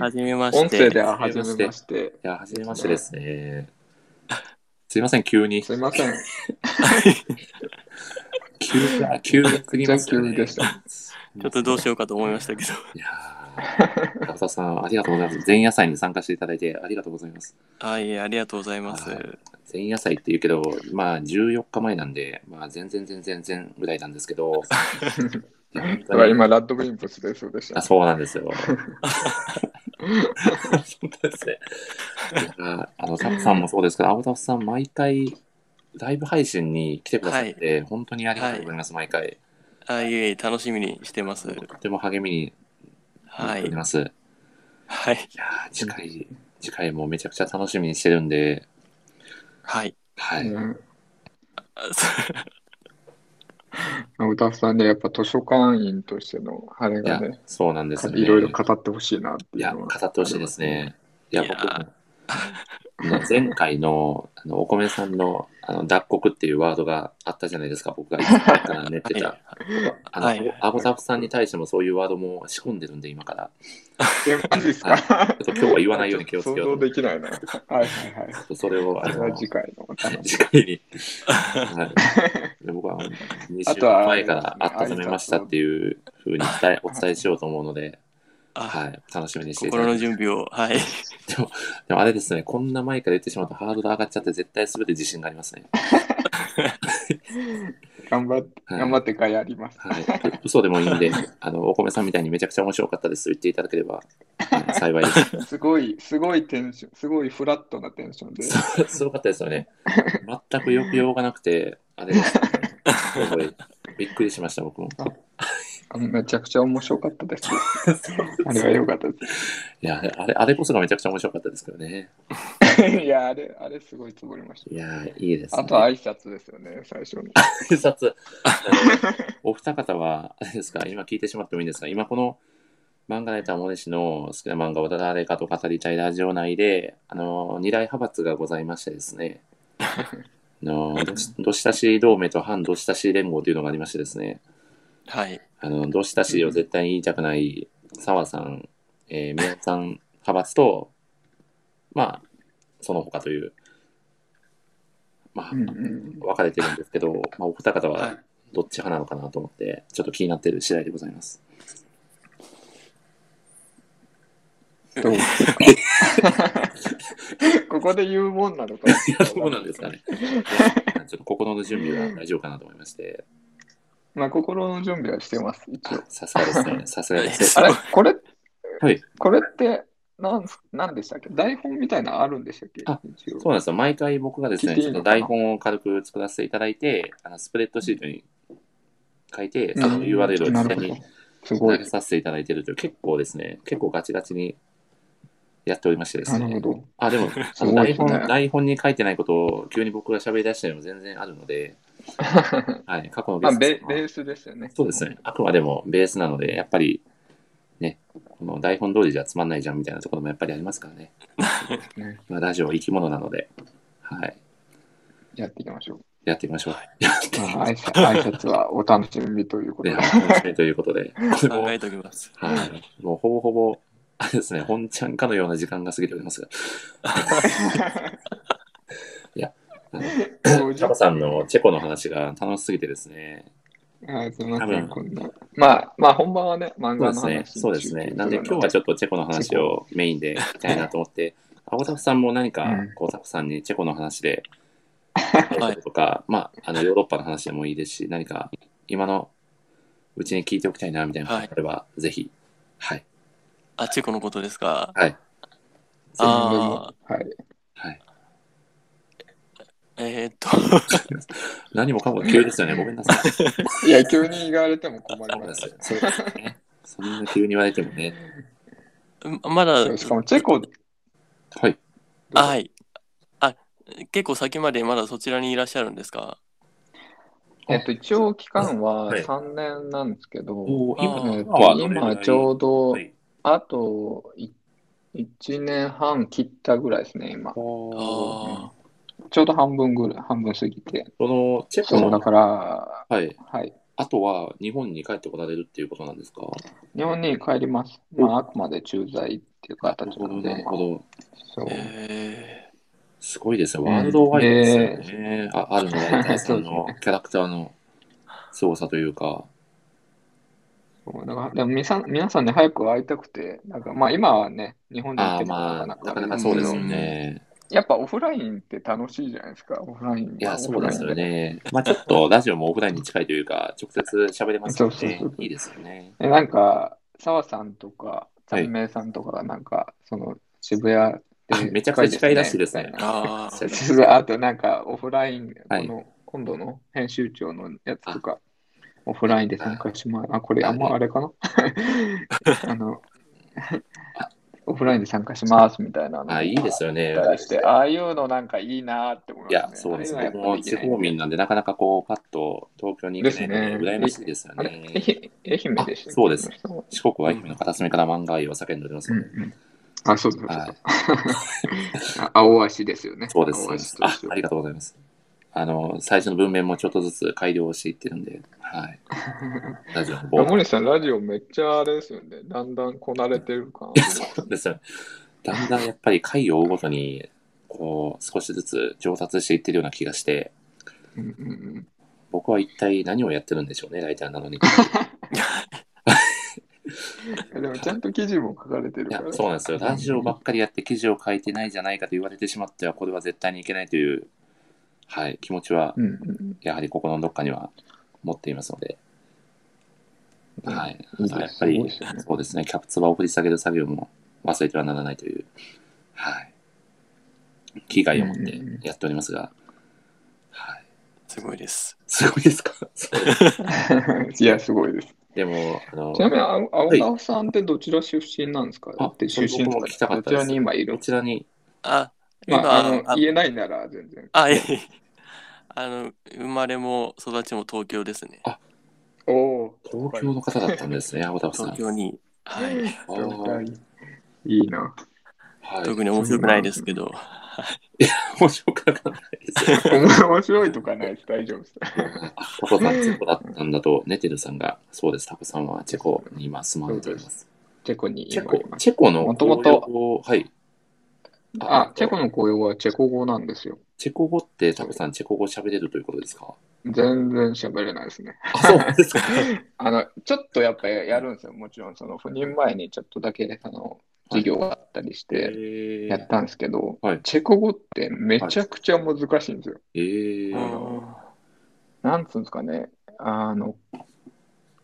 S3: はじめま
S2: 音声
S3: して。
S2: では初めまして。
S1: いや、はじめましてですね。すいません、急に。
S2: すいません。
S1: 急が、急がすぎ
S2: 全
S1: ますよ
S2: 急
S1: ね。
S2: でした。
S3: *laughs* ちょっとどうしようかと思いましたけど。
S1: いやー、田さん、ありがとうございます。前夜祭に参加していただいてありがとうございます。
S3: あ、いえ、ありがとうございます。
S1: はい前夜祭って言うけど、まあ14日前なんで、まあ全然全然全然ぐらいなんですけど、いや本
S2: だから *laughs*
S1: 当に
S2: 今、ラッドブリンプスでそうでし
S1: あ
S2: た。
S1: そうなんですよ。本当ですね。いやあの、タフさんもそうですけど、青田さん、毎回、ライブ配信に来てくださって、本当にありがとうございます、毎回。
S3: あ、いえいえ、楽しみにしてます。
S1: とても励みにな
S3: は
S1: っており
S3: い。
S1: ます。い、
S3: はい。
S1: やー次回、次回もめちゃくちゃ楽しみにしてるんで、
S3: はい。
S1: はい。
S2: うん
S3: あそ
S2: 歌わさんでやっぱ図書館員としてのあれ
S1: いや
S2: がね、、
S1: そうなんですよね。
S2: いろいろ語ってほしいなって
S1: い
S2: いう
S1: や、
S2: の
S1: 語
S2: は。
S1: ってほしいですね。いや、
S3: いや
S1: 僕も、あの前回のあのお米さんのあの脱穀っていうワードがあったじゃないですか、僕がいつから寝て
S3: う
S1: た。あの、
S3: はい
S1: アボタフさんに対してもそういうワードも仕込んでるんで、今から。
S2: いや、マジですか。
S1: ちょっと今日は言わないように気をつけ
S2: 想
S1: よ
S2: 像
S1: うと。
S2: できないな。はいはいはい。
S1: それを、あ
S2: それは
S1: の、
S2: 次
S1: 次
S2: 回のお楽しみ。
S1: 回
S2: *laughs*
S1: に。はいで僕は2
S2: あ
S1: 週
S2: とは
S1: 間前から温めましたっていうふうに伝えお伝えしようと思うので、
S3: あ、
S1: はい、楽しみにしていただ
S3: 心
S1: いて
S3: の準備を、はい。
S1: でもあれですね、こんな前から言ってしまうとハードル上がっちゃって絶対全て自信がありますね。
S2: 頑張って、
S1: はい
S2: 頑張ってからやります。
S1: はい、嘘でもいいんで、 *laughs* あのお米さんみたいにめちゃくちゃ面白かったですと言っていただければはい幸いです。
S2: すごい、すごいテンション、すごいフラットなテンションで。
S1: すご *laughs* かったですよね。全くよくようがなくて、あれです、ね、すごいびっくりしました、僕も。
S2: あめちゃくちゃ面白かっ
S1: *laughs*
S2: たです。あれは良かったで
S1: いや、あれあれあれこそがめちゃくちゃ面白かったですけどね。
S2: す。いや、あれ、あれすごいつぼりまし
S1: いや、いいです
S2: た。
S1: ね。
S2: あとは挨拶ですよね、最初の。
S1: *laughs* 挨拶。お二方は、あれですか、今聞いてしまってもいいんですが、今この漫画ライターモネ氏の好きな漫画を誰かと語りたいラジオ内で、あの、二大派閥がございましてですね、あの、ど
S2: *laughs*
S1: しどしたし同盟と反どしたし連合というのがありましてですね、
S3: はい。
S1: あの、どしたしを絶対に言いたくない澤さん、えー、宮田さん派閥と、まあ、その他という、まあ
S2: う、んうん
S1: 分かれてるんですけど、まあ、お二方ははいどっち派なのかなと思って、ちょっと気になってる次第でございます。
S2: どうですかここで言うもんなのか。
S1: そうなんですか *laughs* ね。ちょっと心の準備は大丈夫かなと思いまして、
S2: まあ、心の準備はしてます、一応。
S1: さすがです
S2: *laughs*
S1: ね、さすがです
S2: あ
S1: ね。
S2: れこれ、
S1: はい
S2: これってなんす、なんでしたっけ台本みたいなのあるんでしたっけ
S1: あ
S2: 一応
S1: そうなんですよ。毎回僕がです
S2: 聞い
S1: ね、
S2: ていい
S1: ちょっ
S2: の
S1: と
S2: かな
S1: 台本を軽く作らせていただいて、あのスプレッドシートに書いて、その
S2: うん
S1: URL を
S2: な
S1: 実際
S2: るほ
S1: に
S2: ど。すご
S1: 投
S2: い
S1: げ。させていただいてるという、結構ですね、結構ガチガチにやっておりましてです
S2: なる
S1: ね
S2: ほ。ど。
S1: あ、でも、あの
S2: ごい
S1: 台
S2: ですね
S1: 本、台本に書いてないことを急に僕が喋り出したのも全然あるので、はい、過去の
S2: ま
S1: ゲ
S2: あ、
S1: ストさん
S2: ベ
S1: は
S2: ベースですよね。
S1: そうですね。あくまでもベースなので、やっぱり、ね、この台本通りじゃつまんないじゃんみたいなところもやっぱりありますから
S2: *laughs*
S1: ね。
S2: ね
S1: まあ、ラジオは生き物なので、はい、
S2: やっていきましょう。
S1: やっていきましょう。
S2: まあ挨拶挨拶はお楽しみということ
S1: ね、
S2: で。
S1: 楽しみということで、これも
S3: 考えておきます。
S1: はい、もうほぼほぼ、あれですね、本ちゃんかのような時間が過ぎておりますが、タコさんのチェコの話が楽しすぎてですね、
S2: あすみま
S1: 多
S2: せん、
S1: 分
S2: こんな。まあ、まあ、本番はね、
S1: そ
S2: 漫
S1: う
S2: 画
S1: で
S2: の
S1: すね。
S2: 話。
S1: そうですね。なんで今日は
S2: ょ
S1: ちょっとチェコの話をメ *laughs* インで聞きたいなと思って、青田さんも何か
S2: うん
S1: こうタコさんにチェコの話で
S3: はい
S1: とか、まあ、あのヨーロッパの話でもいいですし、何か今のうちに聞いておきたいなみたいなことがあれば、ぜひ、はい、
S3: あ、チェコのことですか。
S1: はい、
S3: あ
S2: はい。
S1: はい。
S3: ーえーっと、 *laughs*
S1: 何もかも急ですよね、ごめんなさい。
S2: いや、急に言われても困
S1: ご
S2: り
S1: めん
S2: ま
S1: な
S2: す
S1: さい
S2: よ。
S1: そうですね。そんな急に言われてもね。
S3: まだ、
S2: しかもチェコ、
S1: はい。
S3: あはい。あ、結構先までまだそちらにいらっしゃるんですか
S2: えっと、一応期間は
S1: はい
S2: 3年なんですけど、
S1: おー
S3: あー
S2: えっ
S1: 今は
S2: と
S1: どれぐらい
S2: 今ちょうど
S1: はい
S2: あと1年半切ったぐらいですね、今。
S1: おー
S3: あ
S2: ちょうど半分ぐらい、半分過ぎて。
S1: そのチェコ
S2: そう、だ
S1: の、
S2: から、
S1: はい、
S2: はい。
S1: あとは日本に帰ってこられるっていうことなんですか
S2: 日本に帰ります。
S1: お
S2: まあ、あくまで駐在っていう形なの
S1: な
S2: で
S1: る、ほど。
S2: そう
S3: ー。え
S1: すごいですね。
S2: うん
S1: ワールドワイドですよね。ああるのライターさん
S2: *laughs* そう
S1: の
S2: です
S1: キャラクターの凄さというか。
S2: そうだからでも皆さん皆さんに早く会いたくて、なんかまあ今はね、日本に行っ
S1: あ
S2: て
S1: あ、
S2: も
S1: まあ、な
S2: *laughs* なか
S1: か
S2: な
S1: な
S2: かあ
S1: か
S2: れ
S1: そう
S2: な
S1: ですよ
S2: んですけど
S1: ね。
S2: やっぱオフラインって楽しいじゃないですか、オフライン。
S1: いや、そうですよ
S2: ね。
S1: ね。まあちょっとラジオもオフラインに近いというか、直接喋れますよ
S2: そうそう
S1: ね
S2: そう。
S1: いいですよね。
S2: えなんか、澤さんとか、
S1: は
S2: 三
S1: い
S2: 明さんとかがなんか、その渋谷
S1: あ
S2: で
S1: めちゃくちゃ近いらしいですね
S2: みた
S3: ー、
S2: な
S3: あー。
S2: そうそう *laughs* あとなんかオフライン、
S1: はい
S2: この今度の編集長のやつとか、オフラインで参加しまあ、これ
S1: は
S2: あ
S1: い
S2: んまあれ
S1: *laughs*
S2: かなあの、オフラインで参加しますみたいなの
S1: あいいですよね
S2: あっ。たりして、ああいうのなんかいいなーって思います
S1: い
S2: ね。
S1: や、そうです
S2: ああい
S1: ね。
S2: うの
S1: も
S2: はや
S1: う
S2: っぱ
S1: 地
S2: できない
S1: 方民なんで、なかなかこう、パッと東京に行けないので、
S2: ですね
S1: 羨ましいですよ
S2: あれ
S1: ね。
S2: 愛媛愛媛でした
S1: あそうです
S2: そう
S1: 四国は愛媛の片隅から漫画愛を叫んでおります
S2: うん
S1: の
S2: う
S1: で、
S2: んあ、そうそうそう
S1: はい、
S2: あ青足ですよね。
S1: そうです
S2: 青
S1: そうで
S2: 足
S1: す
S2: と
S1: あ
S2: 一。緒
S1: ありがとうございます。あの、最初の文面もちょっとずつ改良していってるんで、
S2: *laughs*
S1: はい。ラジオの方
S2: 森さん、ラジオめっちゃあれですよね。だんだんこなれてる感
S1: いや、 *laughs* そうですよ。だんだんやっぱり回を追うごとに、こう、少しずつ上達していってるような気がして、
S2: うんうんうん
S1: 僕は一体何をやってるんでしょうね、ライターなの
S2: *laughs*
S1: に。い
S2: いやでもちゃんと記事も書かれてるか
S1: や
S2: ら。、
S1: そうなんですよ。ラジオばっかりやって記事を書いてないじゃないかと言われてしまっては、これは絶対にいけないという、はい、気持ちは
S2: うんうん
S1: やはり心のどっかには持っていますので、
S2: うん
S1: はい。
S2: うん。
S1: やっぱり
S2: すごいですよね
S1: そうですね、キャプツバを掘り下げる作業も忘れてはならないという、はい。危害を持ってやっておりますが、はい。
S3: すごいです。
S1: すごいですかそうです
S2: いや、すごいです。
S1: *laughs* でも、あの
S2: ち、なみに、あ青川さんってどちら出身なんですか
S1: あ
S2: って出身
S1: 僕も聞きたか
S2: ど
S1: った
S2: ち
S1: です
S2: らに今い
S1: こ
S2: る
S1: ちらに、
S3: あ、
S2: ま
S3: 今、
S2: あ、あ
S3: あ
S2: の言えないなら全然。
S3: あ、いえいえ *laughs* あの、生まれも育ちも東京ですね。
S2: おお
S1: 東京の方だったんですね、青田さん。
S3: 東京に。はい。
S1: あ
S2: ー
S1: ーはい。
S2: いいな。
S3: 特に面白くないですけど。
S1: 面白くなかったですよ。
S2: 面白いとかないです。大丈夫です。
S1: あタコさん、チェコだったんだと、ネテルさんが、そうです、タコさんはチェコに今住まれています。
S2: チェコに
S1: チェ
S2: 今い
S1: コ、
S2: ます。
S1: チェコの
S2: もともと
S1: 公用語はい。
S2: あ、チェコの公用語はチェコ語なんですよ。
S1: チェコ語って、タコさん、チェコ語喋れるということですか
S2: 全然喋れないですね。
S1: あ、そうなんですか。
S2: あの、ちょっとやっぱやるんですよ。もちろん、その赴任前にちょっとだけ、あの、 *laughs* 授業があったりして。
S1: え
S2: やったんですけど、
S1: はい
S2: チェコ語ってめちゃくちゃ難しいんですよ。
S1: えー
S2: なんつうんですかね、あの、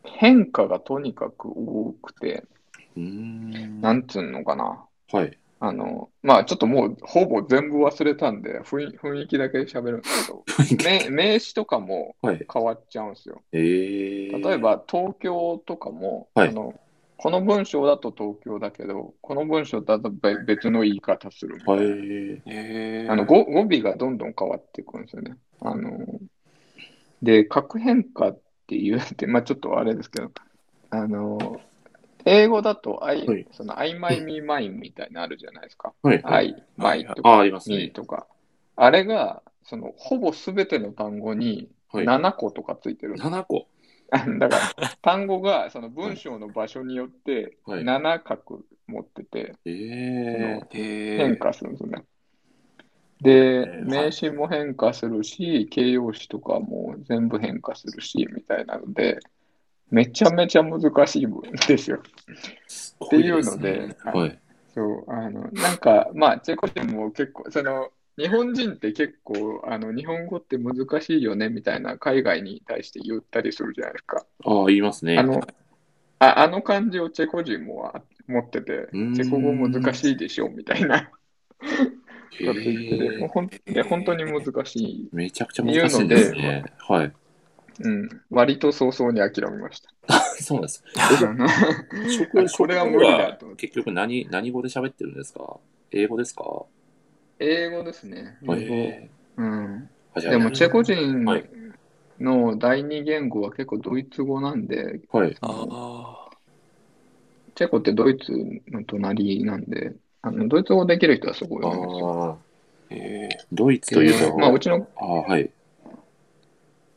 S2: 変化がとにかく多くて、
S1: うーん。
S2: なんつうのかな。
S1: はい。
S2: あの、まあちょっともうほぼ全部忘れたんで、雰囲雰囲気だけ喋るんですけ
S1: *laughs*
S2: ど、名名詞とかも
S1: はい。
S2: 変わっちゃうんですよ。
S1: えー、
S2: 例え、ば、東京とかも、
S1: はい
S2: あの、この文章だと東京だけど、この文章だとべ別の言い方するみたい
S1: は
S2: な
S1: い。う
S3: えー
S2: あの語語尾がどんどん変わっていくんですよね。あので、核変化っていうって、まあ、ちょっとあれですけど、あの英語だとあい、
S1: はい
S2: その曖昧ミーマインみたいなのあるじゃないですか。
S1: はい
S2: あ
S1: はい
S2: い、マイと
S1: あ、あ
S2: か、
S1: ります
S2: ミー
S1: ね。
S2: とか。あれが、そのほぼすべての単語に
S1: はい。
S2: 7個とかついてる。
S1: 7個。
S2: *laughs* だから、単語がその文章の場所によって
S1: はい。
S2: 7角持ってて、
S1: えー、
S3: え
S2: 変
S3: ー
S2: 化するんですね。で、
S1: ー
S2: 名詞も変化するし、形容詞とかも全部変化するし、みたいなので、めちゃめちゃ難しいんですよ。
S1: すごい
S2: っていう
S1: すね
S2: ので
S1: はい。
S2: そう、あの、なんか、まあ、チェコ人も結構、その、日本人って結構、あの、日本語って難しいよねみたいな海外に対して言ったりするじゃないですか。
S1: ああ、言いますね。
S2: あの、ああの感じをチェコ人もあ持ってて、
S1: うーん
S2: チェコ語難しいでしょみたいな
S1: へ
S2: こと言ってて、もう
S1: え
S2: ほんいや本当に難しい。
S1: めちゃくちゃ難しいんですね。はい。 *laughs*
S2: うん、割と早々に諦めました。
S1: そうなんです。
S2: あこれは無理だと思って
S1: 結局何、何語で喋ってるんですか英語ですか
S2: 英語ですね。
S1: へえ
S2: うん
S1: あじゃあ
S2: でもチェコ人
S1: はい
S2: の第二言語は結構ドイツ語なんで、
S1: はい。
S3: あ
S2: チェコってドイツの隣なんで、あのドイツ語できる人はすごい
S1: あ
S2: 多いですよ。
S1: あ、
S3: あ。え
S1: ドイツというと、
S2: まあ、うちの、う
S1: ああ、はい。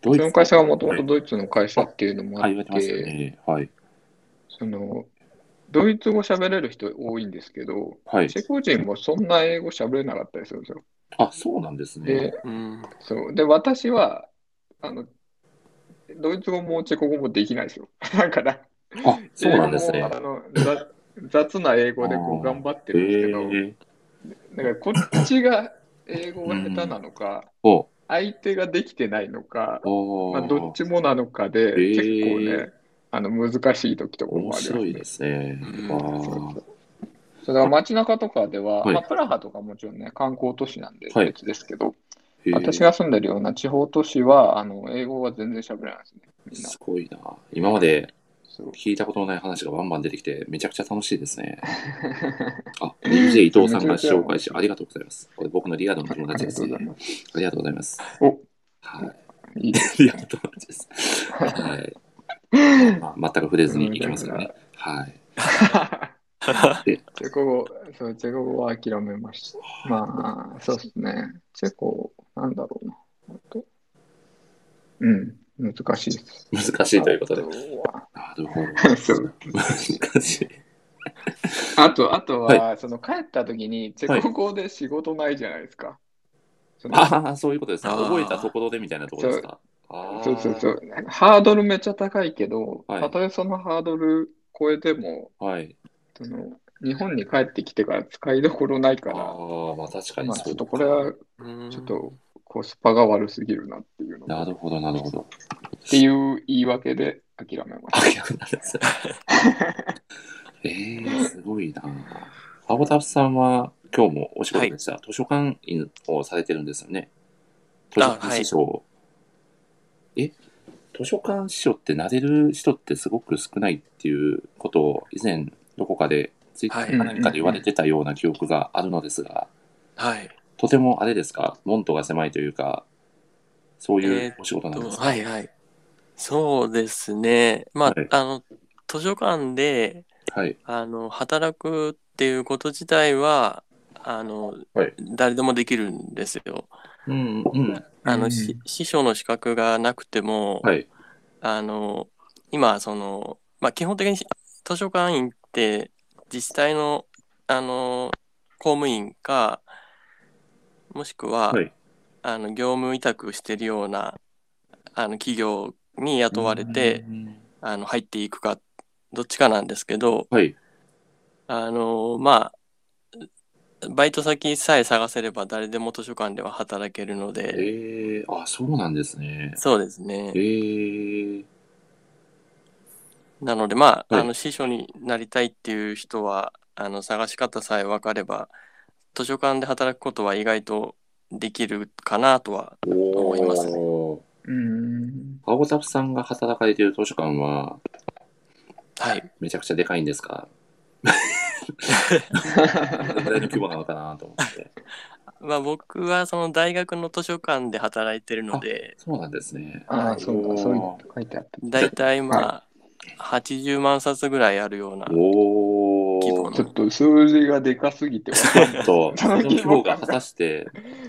S1: ド
S2: ち
S1: イツ
S2: の会社はもともとドイツの会社っていうのも
S1: は
S2: あ
S1: い、言わ
S2: っ
S1: れてますよ
S2: て、
S1: ね。はい。
S2: その、ドイツ語喋れる人多いんですけど、
S1: はい。
S2: チェコ人もそんな英語喋れなかったりするんですよ。
S1: あ、そうなんですね。
S2: で、*laughs*
S3: えうん。
S2: そう。で、私は、あの、ドイツ語もチェコ語もできないですよ。 *laughs* だから、
S1: あ、そうなんですね
S2: 英語。もあのざ雑な英語でこう
S1: あー
S2: 頑張って
S1: え
S2: るんですけど、
S1: え
S2: なんかこっちが英語が下手なのか、
S1: お、
S2: 相手ができてないのか、
S1: お
S2: まあ、どっ
S1: ー、
S2: ちもなのかで、
S1: ー
S2: 結構ね、あの難しい時とかも
S1: 面
S2: あります
S1: 白いですね
S3: う。ん
S1: あ
S2: そうそ
S1: あ
S2: うそうだから街中とかでは、
S1: はい
S2: まあ、プラハとかもちろんね、観光都市なんで
S1: はい
S2: 別ですけど、
S1: へえ
S2: 私が住んでるような地方都市は、あの英語は全然喋れないですね、みんな
S1: す。ごいな。今まで
S2: そう
S1: 聞いたことのない話がバンバン出てきて、めちゃくちゃ楽しいですね。あ、DJ 伊藤さんが紹介し、ありがとうございます。これ僕のリアルの友達です、
S2: *laughs*
S1: ね。
S2: ます。
S1: ありがとうございます。
S2: お
S1: はい
S2: い
S1: い。リアルの友達です。はい。まあ、全く触れずにいきますよね。はい。
S2: チェコ語、そう、チェコ語は諦めました。まあ、そうですね。チェコ、なんだろうな。あとうん、難しいです。
S1: 難しいということで。
S2: あ
S1: なるほど。
S2: とはそう
S1: *laughs* 難しい。
S2: あと、あとは、その帰った時に、チェコ語で仕事ないじゃないですか。その
S1: ああ、そういうことですね。
S3: あー
S1: 覚えたところでみたいなところですか。ああ
S2: そうそうそう。ハードルめっちゃ高いけど、
S1: はい
S2: たとえそのハードル超えても、
S1: はい。
S2: その日本に帰ってきてから使いどころないか
S1: あ
S2: ら、
S1: あ、まあ確かに
S2: まあ、
S1: そうか
S2: ちょっとこれは
S3: うん
S2: ちょっとコスパが悪すぎるなっていうの
S1: なるほど、なるほど。
S2: っていう言い訳で諦めま
S1: あ
S2: し
S1: いやなんですね *laughs* えー、すごいな。アゴタフさんは今日もお仕事でした、図書館員をされてるんですよね。図書館師匠。え図書館師匠ってなれる人ってすごく少ないっていうことを以前どこかでツイッターか何かで言われてたような記憶があるのですが、
S3: はい。
S1: とてもあれですか、門徒が狭いというか、そうい
S3: えー
S1: うお仕事なんですか、
S3: はいはい。そうですね。まあ、
S1: はい
S3: あの、図書館で、
S1: はい。
S3: あの、働くっていうこと自体は、あの、
S1: はい
S3: 誰でもできるんですよ。
S1: うんうんうん。
S3: あ
S2: うん
S3: の、し師匠の資格がなくても、
S1: はい。
S3: あの、今、その、まあ、基本的にし図書館員って、自治体の、あの、公務員か、もしくは、
S1: はい
S3: あの、業務委託してるような、あの、企業に雇われて、
S1: うん
S3: あの入っていくかどっちかなんですけど
S1: はい。
S3: あのまあバイト先さえ探せれば誰でも図書館では働けるので
S1: ええあ、そうなんですね。
S3: そうですね
S1: ええ
S3: なのでまあ,、
S1: はい
S3: あの司書になりたいっていう人はあの探し方さえ分かれば図書館で働くことは意外とできるかなとは
S1: お
S3: 思いますね
S1: お。
S2: た。うん。
S1: *laughs* アゴタフさんが働かれている図書館は、
S3: はい
S1: めちゃくちゃでかいんですかどれぐらいの規模なのかなと思って。
S3: まあ僕はその大学の図書館で働いてるので
S1: そうなんですね。
S2: ああ、そう
S1: お
S2: か、
S1: ー
S2: そういうの書いてあった。
S3: だいたいまあ80万冊ぐらいあるような
S1: お
S3: 規模
S1: お。
S3: の
S2: ちょっと数字がでかすぎてわかんない。
S1: と、その規模が果たして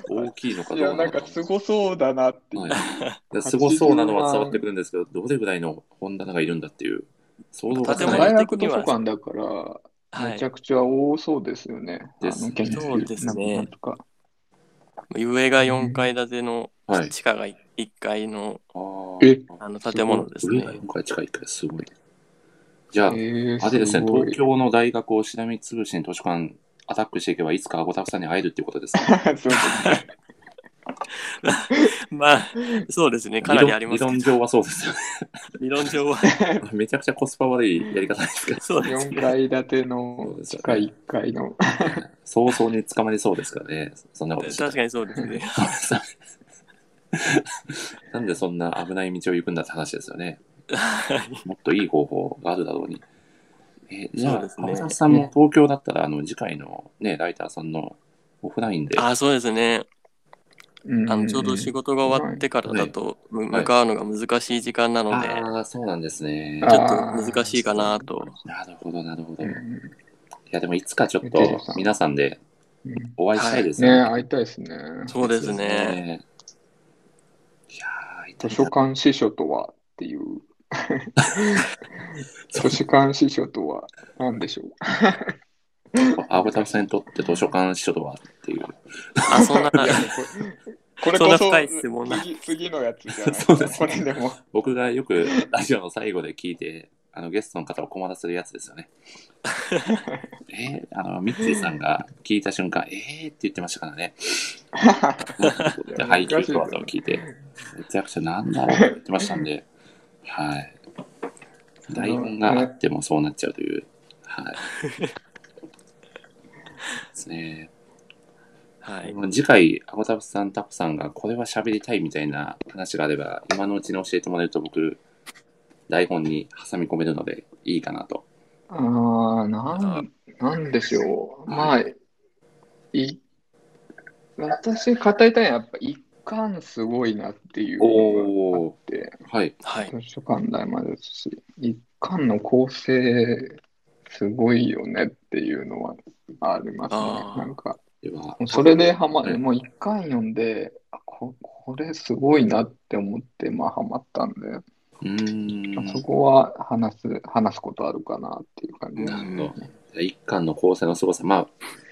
S1: 大きいのか *laughs*
S2: い
S1: どう
S2: や、
S1: な
S2: な
S1: の
S2: ん
S1: か。
S2: かすごそうだなっていう。
S1: はい、すごそうなのは伝わってくるんですけど、どれぐらいの本棚がいるんだっていう、想像がつ
S3: 建
S1: かな
S3: 物
S1: い
S2: 大学
S3: 的
S2: 図
S3: に
S2: 書
S3: は
S2: 館だから、
S3: は
S2: め
S3: い
S2: ちゃくちゃ多そうですよね。
S1: です
S2: あの研究
S3: そうですね
S2: なんとか。
S3: 上が4階建ての、
S1: はい
S3: 地下が1階の
S1: あー
S2: え
S3: あの建物です
S1: 上が
S3: ね。
S1: 4階近いからすごい。じゃあ、
S2: えー
S1: あれですね、
S2: ごい
S1: 東京の大学をしらみつぶしに図書館アタックしていけばいつかアゴタフさんに会えるっていうことですか
S2: *laughs* そうですね。
S3: まあ、そうですね。 *laughs* かなりありま
S1: 理
S3: す
S1: 論理論上はそうですよね。
S3: 理論上は。 *laughs*
S1: めちゃくちゃコスパ悪いやり方ですけど、
S3: そうです
S2: 4
S3: ね。
S2: 階建ての地下1階の。
S1: 早々に捕まりそうですからね。そんなことしてたら
S3: 確かにそうです *laughs* ね。
S1: *laughs* なんでそんな危ない道を行くんだって話ですよ
S3: *laughs*
S1: ね。
S3: はい
S1: もっといい方法があるだろうに。えじゃ
S3: そ
S1: あ、
S3: うです
S1: さ
S3: ね
S1: んさんも東京だったら、あの次回の、ね、ライターさんのオフラインで、
S3: あ、そうですね。あのちょうど仕
S2: 事。
S3: 事が終わってからだと、む向かうのが難しい時間なので、
S1: ああ、そうなんですね。
S3: ち
S2: あ
S3: ょっと難しいかなと。
S1: なるほど、なるほど。
S2: う
S1: い
S2: ん
S1: や、でもいつかちょっと
S2: 見てるさ
S1: 皆さんで
S2: うん
S1: お会いしたいです
S2: ね
S1: ね。
S2: 会いたいですね。
S3: そうですね。。
S1: いやー、いた
S2: 図
S1: い
S2: 書
S1: な
S2: 館司書とはって
S3: *laughs*
S2: いう。図書館司書とは何でしょう
S1: アゴタフさんにとって図書館司書とはっていう。
S3: あ、そんな、
S2: いやこれこれ
S3: そん
S2: こ
S3: な
S2: そ
S3: 深い質問な
S2: 次次のやつじゃない
S1: そうです
S2: これでも。
S1: 僕がよくラジオの最後で聞いて、あのゲストの方を困らせるやつですよね。えー、あの、ミッチーさんが聞いた瞬間、えーって言ってましたからね。で、配給とはと聞いて、めちゃくちゃなんだろうって言ってましたんで、はい。台本があってもそうなっちゃうという、はい。ですね。
S3: はい。
S1: 次回、アゴタフさん、タコさんがこれは喋りたいみたいな話があれば、今のうちに教えてもらえると僕、台本に挟み込めるのでいいかなと。
S2: ああ、なん、なんでしょう。まあ、い、私語りたいのはやっぱ一貫すごいなっていうのがあって、
S1: はい。
S3: はい。
S2: 図書館大までですし、一貫の構成すごいよねっていうのはあります
S3: あー
S2: ね。なんか、
S1: では、
S2: もうそれでハマ、
S1: はい
S2: もう一巻読んで、あこ、これすごいなって思って、まあハマったんで、
S1: うーん。
S2: そこは話す、話すことあるかなっていう感じです
S1: な
S2: ね。
S1: るほど。一巻の構成のすごさ、まあ、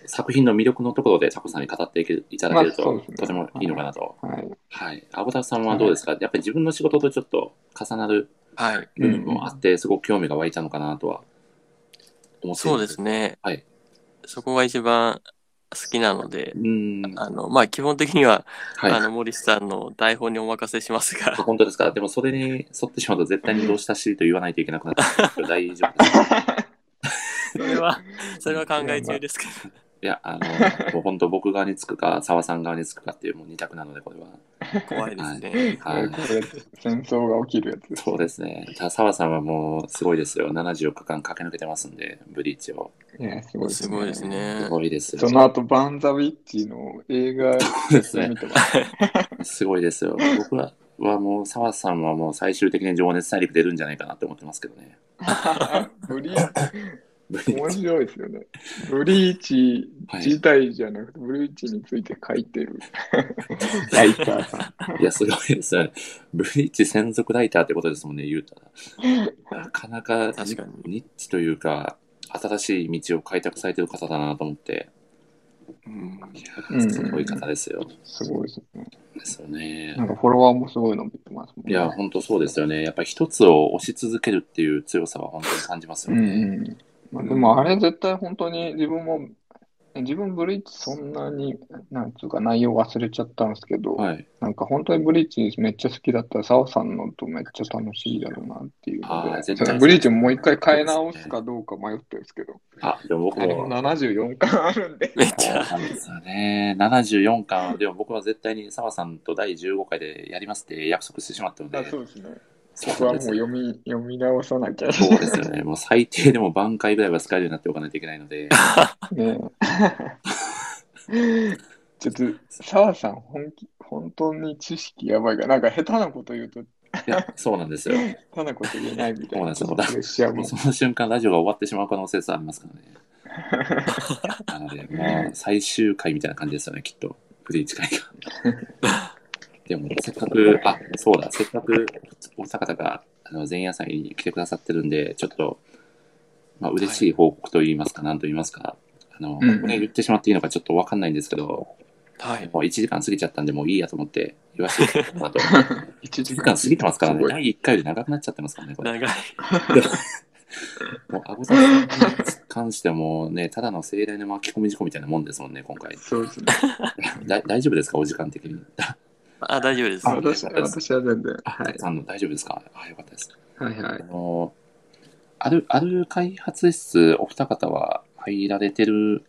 S1: 作品の魅力のところでタコさんに語っていけるいただけると、
S2: まあそうですね
S1: とてもいいのかなと。
S2: はい。
S1: はい。アゴタフさんはどうですか、やっぱり自分の仕事とちょっと重なる
S3: はい。
S1: 部分もあって、すごく興味が湧いたのかなとは思ってい
S3: そう
S1: るん
S3: ですすね。
S1: はい。
S3: そこが一番好きなので
S1: う、ーん。
S3: あの、まあ、基本的には、
S1: はい。
S3: あの、森さんの台本にお任せしますが、
S1: あ本当ですか。でもそれに沿ってしまうと絶対にどうしたしと言わないといけなくなってしまうけど大丈夫です。
S3: それは、それは考え中ですけど。
S1: いや、あの、もう本当僕側につくか、澤さん側につくかっていうもう二択なので、これは。
S3: 怖いですね。
S2: これ
S1: はい。
S2: これ戦争が起きるやつです。
S1: そうですね。ただ澤さんはもうすごいですよ。74日間駆け抜けてますんで、ブリーチを。
S2: いや、すごいですす
S3: ごいです
S2: ね。
S3: ね
S1: す。ごいですよ。
S2: その後、バンザウィッチの映画
S1: ですね
S2: 見てます。
S1: すごいですよ。僕ははもう、澤さんはもう最終的に情熱大陸出るんじゃないかなって思ってますけどね。
S2: ブリー
S1: ブリ
S2: チ、
S1: ー
S2: 面
S1: チ。
S2: 白いですよね。ブリーチ
S1: はい
S2: 自体じゃなくて、ブリーチについて書いてるライターさん。
S1: いや、すごいですよね。ブリーチ専属ライターってことですもんね、言うたら。なかな
S2: *laughs*
S1: か
S3: 確かに
S1: ニッチというか、新しい道を開拓されてる方だなと思って、
S3: うん
S1: いや
S2: うん
S1: ーすごい方ですよ。
S2: すごいですね。
S1: ですよね
S2: な。んかフォロワーもすごい伸びてますもんね。
S1: いや、本当そうですよね。やっぱり一つを推し続けるっていう強さは本当に感じます
S2: う
S1: よ
S2: ん
S1: ね。
S2: うんまあ、でもあれ絶対本当に自分も、自分ブリーチそんなに、なんつうか内容忘れちゃったんですけど、
S1: はい。
S2: なんか本当にブリーチめっちゃ好きだったら、澤さんのとめっちゃ楽しいだろうなっていう
S1: あ
S2: の
S1: ー
S2: で、
S1: 絶
S2: そ
S1: 対
S2: のブリーチももう一回変え直すかどうか迷ってるんですけど、
S1: あ、でも僕
S2: あれも
S1: も、
S2: 74巻あるん
S1: *laughs*
S2: で、
S3: めっち
S1: そう
S3: ゃ、
S1: なんですよね。74巻、でも僕は絶対に澤さんと第15回でやりますって約束してしまったので、
S2: あそうですね。
S1: そ
S2: 僕
S1: う
S2: は
S1: なん
S2: も
S1: で
S2: う
S1: すよ
S2: 読み読み直さなきゃ。
S1: そうですよね。もう最低でも挽回ぐらいは使えるようになっておかないといけないの
S2: *laughs*
S1: で、
S2: ねえちょっと、澤さん本気、本当に知識やばいから、なんか下手なこと言うと、
S1: いや、そうなんですよ。
S2: 下手なこと言えないみたいな。
S1: そうなん
S2: プ
S1: で
S2: レ
S1: すよ
S2: ッシャー
S1: も
S2: も
S1: う。その瞬間、ラジオが終わってしまう可能性さありますからね。なので、もう最終回みたいな感じですよね、きっと。ブリーチ会が。でも、せっかく、あ、そうだ、せっかくお二方があの前夜祭に来てくださってるんで、ちょっと、まあ嬉しい報告といいますか、なんと言いますか、あの、
S2: うん
S1: これ言ってしまっていいのかちょっとわかんないんですけど、
S3: はい。
S1: もう1時間過ぎちゃったんで、もういいやと思って言わせていただこうかなと。
S2: 1時
S1: 時間過ぎてますから
S2: す
S1: ね。
S2: ごい
S1: 第1回より長くなっちゃってますからね、これ。
S3: 長い。
S1: もう、アゴさんに関してもね、ただの盛大な巻き込み事故みたいなもんですもんね、今
S2: *laughs*
S1: 回。
S2: そうですね。
S1: だ大丈夫ですか、お時間的に。
S3: あ、大丈夫です。
S1: あ
S2: 私私は全然。
S1: あ、
S2: はい。
S1: あの大丈夫ですかあ、よかったです。
S2: はいは
S1: あ
S2: い。
S1: の、ある、ある開発室、お二方は入られてる。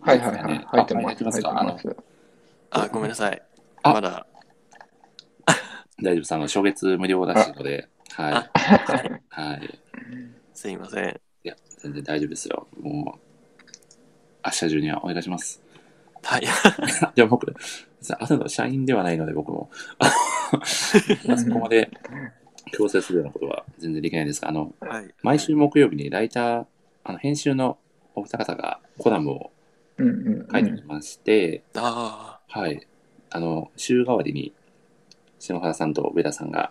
S2: はいはい
S1: です
S2: は
S1: か
S2: い
S1: ね。
S2: 入って
S1: あ
S2: ます。入
S1: 入
S2: っ
S1: っててますか
S2: ます。
S3: あ、ごめんなさい。
S1: あ
S3: まだ。
S1: 大丈夫です。あの、初月無料らしいので、はい。
S3: はい。
S1: はい。
S3: すいません。
S1: いや、全然大丈夫ですよ。もう、明日中にはお願いします。
S3: はい。
S1: いや、僕、別に朝の社員ではないので、僕
S3: *laughs*
S1: も。まあそこまで強制するようなことは全然できないんですが、あの、
S3: はい。
S1: 毎週木曜日にライター、あの編集のお二方がコラムを
S2: うんうん
S1: 書
S2: う
S1: いており
S2: ん。
S1: まして、
S3: あ
S1: はい。あの、週替わりに、篠原さんと上田さんが、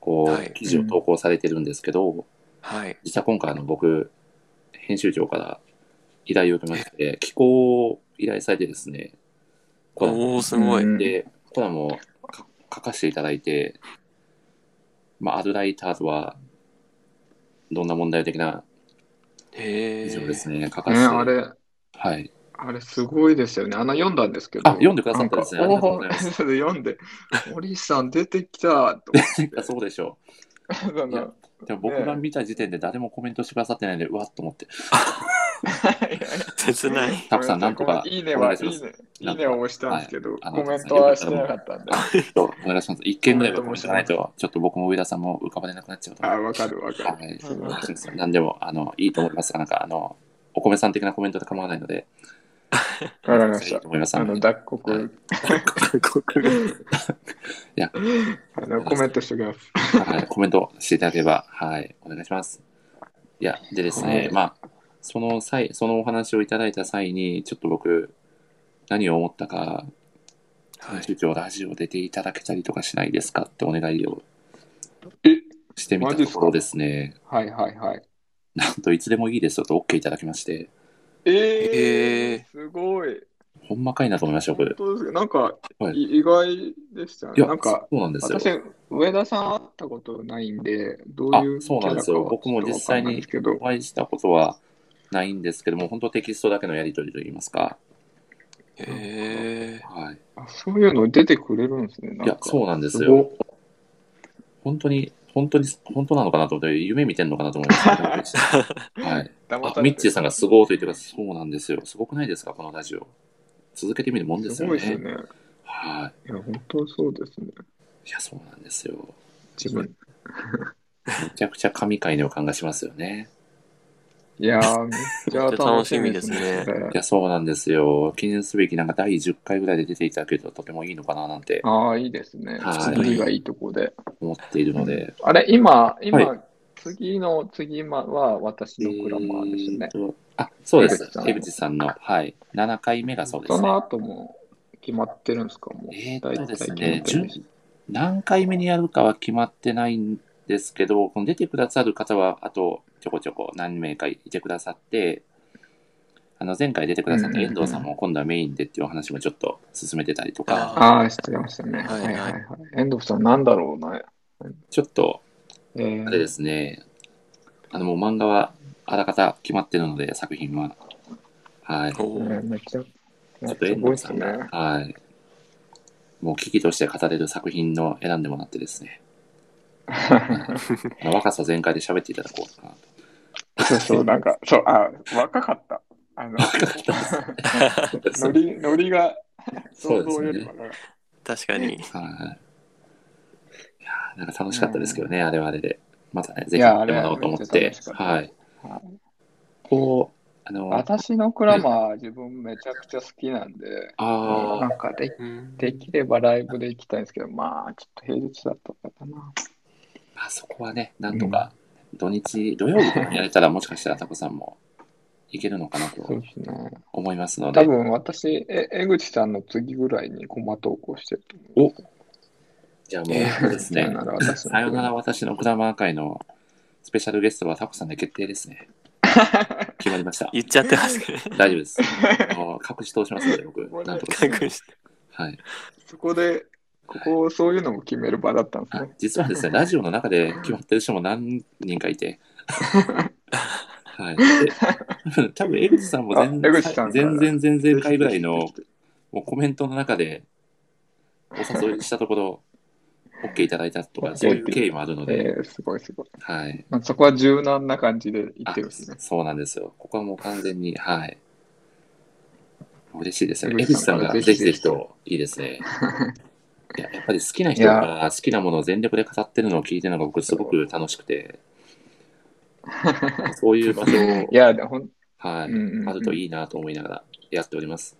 S1: こう、
S3: はい
S1: 記事を投稿されてるんですけど、
S3: あ。はい。
S1: 実は今回、あの、僕、編集長から依頼を受けまして、寄稿を依頼されてですね、コラム
S3: おおすごい。
S2: うん
S1: で、コラムをか書かせていただいて、まあ、アルライターとは、どんな問題的な
S3: へ
S1: 以
S3: え。
S1: 上ですね、書か
S2: ね、
S1: せて、
S2: あれ、
S1: はい。
S2: あれすごいですよね。あの読んだんですけど。
S1: あ読んでくださったんですね
S2: なんか
S1: ありがとうございます
S2: おー *laughs* それ読んで、森さん出てきたと思って
S1: あ *laughs* そうでしょ
S2: その
S1: いやう。でも僕が見た時点で誰もコメントしてくださってないんで、うわっと思って、
S3: 切ない。
S1: タコさんなんとか
S2: いいね
S1: お
S2: は
S1: 願
S2: い
S1: いし
S2: い
S1: ま
S2: ね
S1: す
S2: いいねを押したんですけど、
S1: あの
S2: コメントはしてなかったんで。
S1: お願いします。一件ぐらいはコメントがないと、ちょっと僕も上田さんも浮かばれなくなっちゃうと
S2: あ
S1: 思う。
S2: わかるわかる。
S1: はい、そうなんですよ。何でも、あの、いいと思いますが、なんか、あの、お米さん的なコメントで構わないので、
S2: わかりま
S1: い
S2: し
S1: い
S2: た
S1: と。思います。
S2: あ
S1: あの
S2: の、
S1: い
S2: 脱穀、
S1: や、
S2: あの、コメントしてください。
S1: はい、コメントしていただければ、はい、お願いします。いや、でですね、
S2: はい
S1: まあ、その際、そのお話をいただいた際に、ちょっと僕、何を思ったか、
S3: は
S1: 一応ラジオ出ていただけたりとかしないですかってお願いを
S2: え
S1: してみたところですね、
S2: はいはいはい。
S1: なんといつでもいいですよと OK いただきまして、
S2: え
S3: え
S2: ー、すごい。
S1: ほんまかいなと思いましたよ、こ
S2: 本
S1: れ。
S2: 当ですかなんか、
S1: はい
S2: い意外でした
S1: い
S2: ね。
S1: や、
S2: なんか、
S1: そうなんですよ。
S2: 私、上田さん会ったことないんで、どう
S1: あ
S2: いうキ
S1: そうなん
S2: ャ
S1: で
S2: ラ
S1: す
S2: か
S1: よ
S2: は
S1: 僕も
S2: ちょっとわかんないんですけど
S1: お、会いしたことはないんですけども、本当テキストだけのやり取りといいますか、
S3: へえ。
S1: はい、
S2: あそういうの出てくれるんですね。
S1: いや、そう
S2: う
S1: なんです
S2: す
S1: よ。
S2: ご
S1: 本当に、本当に、本当なのかなと思って、夢見てんのかなと思いました。はい。
S2: 騙
S1: あ
S2: されてる
S1: ミッチーさんがすごいと言ってます。そうなんですよ。すごくないですか、このラジオ。続けてみるもんです
S2: す
S1: よ
S2: ご
S1: ね。
S2: いですよね。
S1: はい
S2: や、本当そうですね。
S1: い。いや、そうなんですよ。
S2: 自分。
S1: めちゃくちゃ神回の予感がしますよね。
S2: いやー、めっちゃ楽しみです
S1: *laughs*
S3: めっちゃ
S2: ね
S3: 楽しみです。
S1: いや、そうなんですよ。記念すべき、なんか第10回ぐらいで出ていただけるととてもいいのかななんて
S2: ああ、いいですね。
S1: はい
S2: 次がいいとこで。
S1: 思っているので。
S2: あれ、今、今、
S1: は
S2: 次の次は私のクラマーですね。
S1: えーとあ、そうで
S2: 江
S1: す
S2: 口さ。ん
S1: 江口さんの、はい。7回目がそうです
S2: そ
S1: ね
S2: の。後も決まってるんですかもう。
S1: えー
S2: 大
S1: と
S2: 体
S1: ですね
S2: 決まってるし
S1: 何回目にやるかは決まってないんですけど、この出てくださる方は、あとちょこちょこ何名かいてくださって、あの前回出てくださった遠藤さん
S2: うん
S1: も今度はメインでっていうお話もちょっと進めてたりと
S3: あ
S1: か、
S2: ああ、してましたね。
S3: は
S2: はいい
S3: は
S2: はいいはい。遠藤さん、なんだろうな。
S1: ちょっと
S2: えー
S1: あれですね、あのもう漫画はあらかた決まってるので、作品は。はい。ち
S3: お
S1: ょ
S2: え
S3: お
S2: ーめっちゃ、め
S1: っ
S2: っ
S1: と
S2: ちゃす
S1: 遠
S2: ごいで
S1: 藤
S2: す
S1: さん
S2: ね。
S1: が、はい。もう危機として語れる作品の選んでもらってですね、 *laughs* あの若さ全開で喋っていただこう
S2: *laughs*
S1: かなと。
S2: そうそう、なんか、そう、あ、若かった。あの、ノリ、ノリが、
S1: そうです
S2: 想
S1: ね
S2: 像よりもなんか
S3: 確かに。
S1: はい。いやーなんか楽しかったですけどね、あれはあれで。またね、ぜひ
S2: やー
S1: やってもらおうと思っ
S2: あれは
S1: て
S2: めっちゃ楽し。かった
S1: はい。
S2: はい
S1: こう、あの、あ
S2: 私のクラマー、自分めちゃくちゃ好きなんで、
S1: あ
S2: な
S1: ー、
S2: んかで、
S3: うん
S2: できればライブで行きたいんですけど、まあ、ちょっと平日だとかかな。
S1: まあそこはね、なんとか、土日、土曜日とかにやれたら、もしかしたらタコさんもいけるのかな
S2: そう
S1: と
S2: ですね。
S1: 思いますの
S2: 多
S1: で、
S2: 分私、え江口さんの次ぐらいにコマ投稿してると思う。
S1: じゃあもうそうです
S2: さよ
S1: ね
S2: な、ら私の
S1: さよなら私のクラマー会のスペシャルゲストはタコさんで決定です
S2: *laughs*
S1: ね。決まりました。
S3: 言っちゃってますけど。
S1: 大丈夫です。あの隠し通しますので、僕、なんとか。
S3: 隠して。
S1: はい。
S2: そこで、ここ、そういうのも決める場だったんです
S1: あ
S2: ね。 *laughs*
S1: 実はですね、ラジオの中で決まってる人も何人かいて、はい。で多分、江口さんも全
S2: あ江口さんから
S1: 全然全然回ぐらいのもうコメントの中でお誘いしたところ、OK いただいたと
S2: *laughs*
S1: か、そういう経緯もあるので、
S2: えー、すごいすごい。
S1: はい。
S2: まあ、そこは柔軟な感じで言
S1: あ
S2: ってるんですね。
S1: そうなんですよ。ここはもう完全に、はい。嬉しいですね。江
S2: 江
S1: 口
S2: 口
S1: さ
S2: さ
S1: ん
S2: ん
S1: が
S2: が
S1: ぜ
S2: ぜ
S1: ひぜ
S2: ひぜ
S1: ひ
S2: ひ
S1: と、いいです
S2: *laughs*
S1: ね。いややっぱり好きな人が好きなものを全力で語ってるのを聞いてるのが僕すごく楽しく
S2: *laughs*
S1: て、そういう場所を
S2: い、や、でほん、
S1: はい、
S2: うんうんうん
S1: あるといいなと思いながらやっております。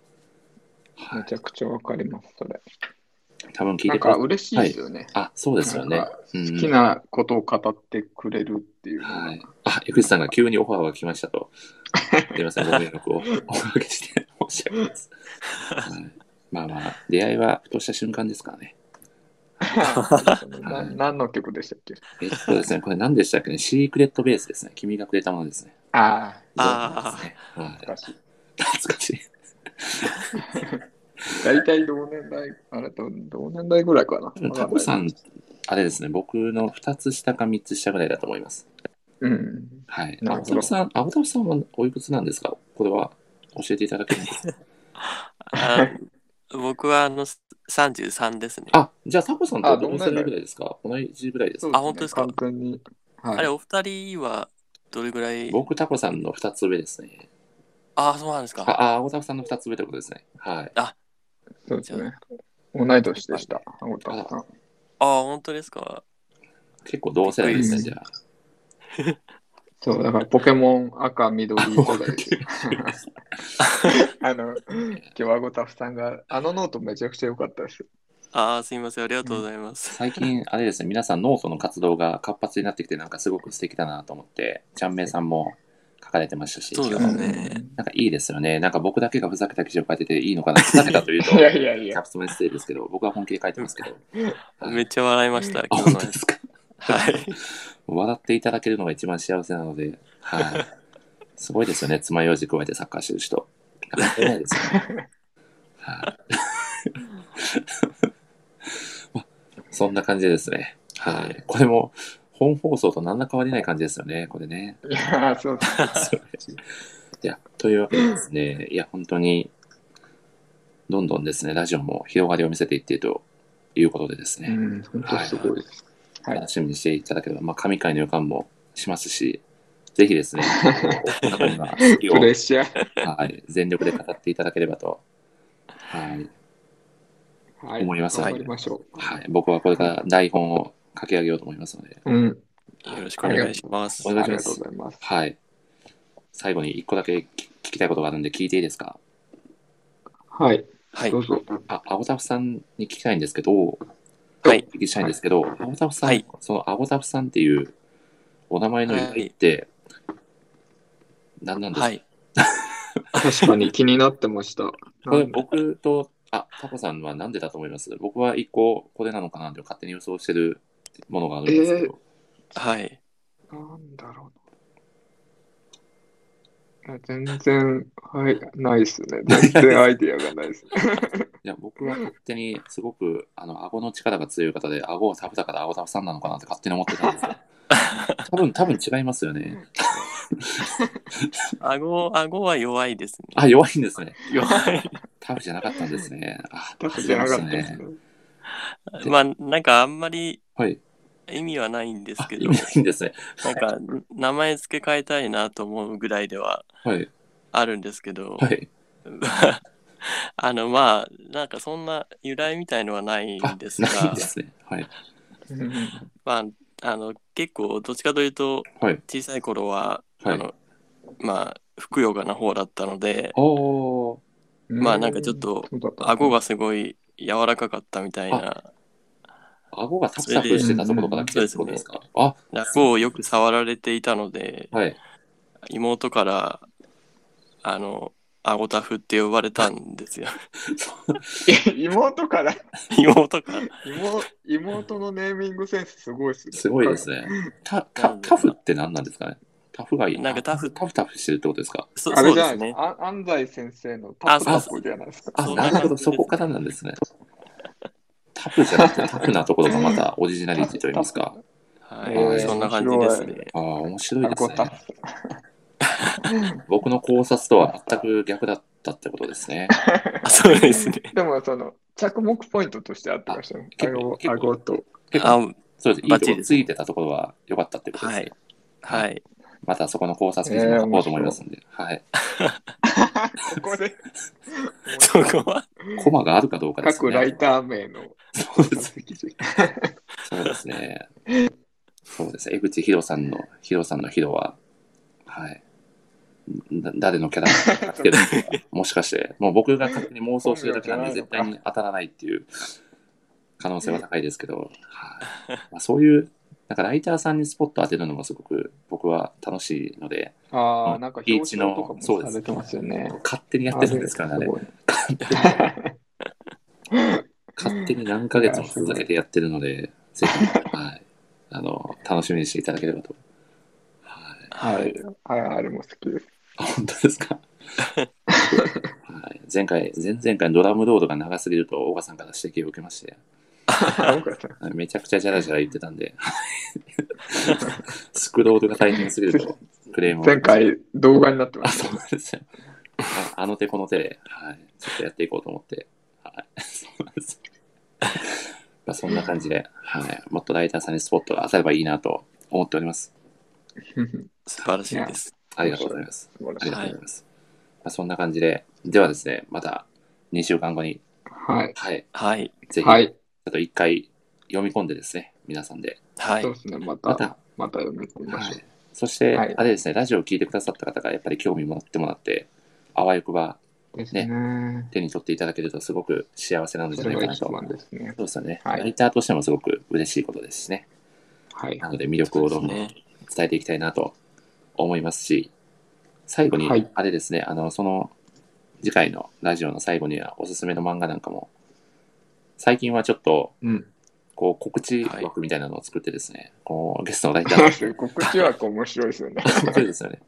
S1: は
S2: め
S1: い、
S2: ちゃくちゃわかります、それ。
S1: 多分聞い
S2: な
S1: て
S2: ん
S1: くれ
S2: か嬉しいですよね。
S1: あ、そうですよね
S2: なんか。
S1: うん
S2: 好きなことを語ってくれるっていう
S1: *laughs*
S2: のが *laughs*
S1: はい。あ、江口さんが急にオファーが来ましたと。すいません、ご迷惑をおかけして申し訳ないです。はいまあまあ、出会いはふとした瞬間ですからね。
S2: な
S1: はい
S2: 何の曲でしたっけ
S1: えっとですね、これ何でしたっけねシークレットベースですね。君がくれたものですね。
S2: あ
S3: あー
S1: はい
S2: あ、難しい。
S1: 懐かしい。
S2: 大体同年代、あれ、ど同年代ぐらいかな。
S1: タコさん、あれですね、僕の2つ下か3つ下ぐらいだと思います。
S2: うん。
S1: はい。
S2: なる
S1: 青
S2: ほど
S1: 田さん、青田さんはおいくつなんですかこれは教えていただけますか
S2: *laughs*
S3: あ僕はあの33ですね。
S1: あ、じゃあタコさんと
S2: あ
S1: 同世代ぐらいですか同じぐらいですか
S2: そう
S3: あ本当ですか
S2: 完全に。はい、
S3: あれ、お二人はどれぐらい
S1: 僕、タコさんの2つ上ですね。
S3: ああ、そうなんです
S1: あ、
S3: か。
S1: あ青田さんの2つ上ということですね。はい。
S2: そうですね。同い年でした、青田さん。
S3: ああ、本当ですか。
S1: 結構同世代ですね、
S2: うん
S1: じゃあ。
S2: そう、だからポケモン赤、緑、
S1: 僕
S2: 世
S1: *laughs*
S2: 代です。あの、今日はゴタフさんが、あのノートめちゃくちゃ良かったです。
S3: ああ、すいません。ありがとうございます。
S1: 最近、あれですね、皆さんノートの活動が活発になってきて、なんかすごく素敵だなと思って、ちゃんめいさんも書かれてましたし、
S3: そうですね。
S1: なんかいいですよね。なんか僕だけがふざけた記事を書いてていいのかな、ふざけたと *laughs* いうと、
S2: いやいやい
S1: キ
S2: や
S1: ャプツメ失礼ですけど、僕は本気で書いてますけど。
S3: めっちゃ笑いました。
S1: あ
S3: 今日
S1: 本
S3: の
S1: 当
S3: や
S1: で
S3: つ
S1: すか
S3: はい。
S1: 笑っていただけるのが一番幸せなので、はい。すごいですよね。爪楊枝加えてサッカーしてる人。なかなかいないですよね。はい、まあそんな感じですね。はい。これも、本放送と何ら変わりない感じですよね。これね。
S2: いや、そうです
S1: いや、というわけでですね、いや、本当に、どんどんですね、ラジオも広がりを見せていっているということでですね。
S2: うん、本当すごいです。はい
S1: 楽しみにしていただければ、まあ、神回の予感もしますし、ぜひ
S2: *laughs*
S1: ですね、お腹には好きを
S2: プ、レッシャー。
S1: はい、全力で語っていただければと、はい
S2: は
S1: 思います
S2: 頑張りましょ
S1: はい、僕はこれから台本を書き上げようと思いますので、
S2: う。うん、
S3: よろしくお願いします
S1: お。
S2: あ
S1: 願
S2: り
S1: いしま
S2: が
S1: す
S2: とうございます。
S1: はい、最後に一個だけ聞聞きたいことがあるんで、聞いていいですか
S2: はい、
S3: はい
S2: ど。うぞ。
S1: あ、アゴタフさんに聞きたいんですけど、お
S3: はい
S1: 聞きしたいんですけど、アゴタフさん、
S3: はい
S1: そのアゴタフさんっていうお名前の由来って、何なんですか、
S3: はい。
S2: 確かに気になってました。
S1: これ僕と、あ、タコさんはなんでだと思います僕は一個これなのかなって勝手に予想してるものがあるんですけど。
S3: はい。
S2: なんだろうな。いや全然、はい、ないっす *laughs* ね。全然アイディアがないっすね。
S1: いや、僕は勝手にすごく、あの、顎の力が強い方で、顎をタフだから顎タフさんなのかなって勝手に思ってたんです
S2: *laughs*
S1: よ。多分、多分違いますよね。
S3: 顎、顎は弱いですね。
S1: あ、弱いんですね。
S3: 弱い。
S1: タフじゃなかったんですね。あ、
S2: 確かじゃなかったですね。
S3: まあ、なんかあんまり
S1: はい。
S3: 意味はないんです
S1: あ、
S3: け
S1: い
S3: ど、
S1: ないんですね。
S3: なんか名前付け替えたいなと思うぐらいでは
S1: はい。
S3: あるんですけど、
S1: はい。
S3: あの、まあ、なんかそんな由来みたいのはない
S1: あ
S3: んですが、
S1: ないんですね。はい。
S2: うん
S3: まあ、あの、結構どっちかというと、
S1: はい。
S3: 小さい頃は、
S1: は
S3: あ
S1: い。
S3: の、まあ、ふくよかな方だったので、
S1: おー。
S3: まあなんかちょっと、
S2: そうだった
S3: 顎がすごい柔らかかったみたいな、
S1: 顎がタフタフしてたところから来てるってことですかあ、
S3: 顎をよく触られていたので、
S1: はい。
S3: 妹から、あの、顎タフって呼ばれたんですよ。 *laughs*
S2: 妹から
S3: 妹から。
S2: 妹、妹のネーミングセンスすごいっすね。
S1: すごいです
S2: ね。
S1: ね。た、た、タフって何なんですかねタフがいい。
S3: なんかタフ
S1: タフタフしてるってことですか
S3: そ
S2: あ
S3: そ
S2: れ
S3: う
S2: じ
S3: で
S2: ゃな
S3: す
S2: いです
S3: ね。
S2: か。あ安西先生のタップ学校じゃないですか。
S1: あ、
S3: そう
S1: なるほ
S3: なん
S1: ど。
S3: か
S1: そこからなんですね。タフじゃなくてタフなところがまたオリジナリティと言いますか。
S3: は
S1: えー
S3: い、そんな感じですね。
S1: ああ、面白い
S2: あ
S1: で
S2: ご
S1: す
S2: た
S1: ね。
S2: ふ
S1: 僕の考察とは全く逆だったってことですね。
S3: あそうですね。
S2: でも、その、着目ポイントとしてあってましたね。
S1: あ結構
S2: 顎
S1: 結構
S2: 顎と。
S1: 結
S3: あ
S1: 構、そうです。いい
S3: バッ
S1: と
S3: チリ
S1: こ
S3: です
S1: ついてたところは良かったってことですね。
S3: はいはい。
S1: またそこの考察記事も書こうと思いますんで。はい。
S2: ここで、
S3: そこは。
S1: コマがあるかどうかですね。
S2: 各ライター名の
S3: *laughs*
S1: そうです
S2: 記事。
S1: そうですね。そうです。江口ヒロさんの、ヒロさんのヒロは、はい。だ誰のキャラなのかっていう *laughs* のはもしかして、もう僕が勝手に妄想してるだけなんで、絶対に当たらないっていう可能性は高いですけど、はいまあ、そういう、なんかライターさんにスポット当てるのもすごく僕は楽しいので、
S2: あ
S1: う
S2: あ、
S1: ん
S2: なんか
S1: リ
S2: 表
S1: ーチ
S2: 彰とか
S1: の
S2: も
S1: そうで
S2: さ
S1: す
S2: れてますよね。
S1: 勝手にやってるんですからね、あれ
S2: すごい
S1: 勝手に何ヶ月も続けてやってるので、ぜひ、はい、あの、楽しみにしていただければと。はい。
S2: は
S3: はい
S2: い。はい、あれも好き
S1: *laughs*
S2: です。
S1: あ、本当ですか。はい、前回、前々回ドラムロードが長すぎると、岡さんから指摘を受けまして、
S2: あ岡さん
S1: はいめちゃくちゃジャラジャラ言ってたんで、スクロールが大変すぎると、クレームを。
S2: 前。回動画になってま
S1: あ、
S2: す。 *laughs*
S1: そうなんですよ。ああの手この手で、はい、ちょっとやっていこうと思って、はい、そうなんです。まあ、そんな感じで、はい、もっとライターさんにスポットが当たればいいなと思っております。
S3: 素晴らしいです。
S1: ありがとうございます。
S2: 素晴ら
S1: あ
S2: し
S1: り
S2: い
S1: がとうございます。まあ、そんな感じで、ではですね、また2週間後に、
S2: はい。
S1: はい、
S3: はい。
S1: ぜひ、
S2: はい。
S1: ちょっと一回読み込んでですね、皆さんで。
S3: は
S2: そう
S3: い。
S2: ですね。また、
S1: ま
S2: ま
S1: た
S2: た、読み込みましょう。
S1: そして、
S2: はい
S1: あれですね、ラジオを聞いてくださった方がやっぱり興味持ってもらって、あわよくば
S2: ですね。
S1: 手に取っていただけるとすごく幸せなんじゃ
S2: そ
S1: な
S2: れ
S1: いかな
S2: が一
S1: と。そう
S2: 番ですね。
S1: ですよね、
S2: はい
S1: ライターとしてもすごく嬉しいことですしね。
S2: はい。
S1: なので魅力をどんどん
S3: ね。
S1: 伝えていきたいなと思いますし、最後に
S2: はい、
S1: あれですね、あの、その、次回のラジオの最後にはおすすめの漫画なんかも、最近はちょっと、
S2: うん。
S1: こう、告知
S3: はい
S1: 枠みたいなのを作ってですね、こう、ゲストのライターさん
S2: *laughs* 告知枠面白いですよね。
S1: 面白いですよね。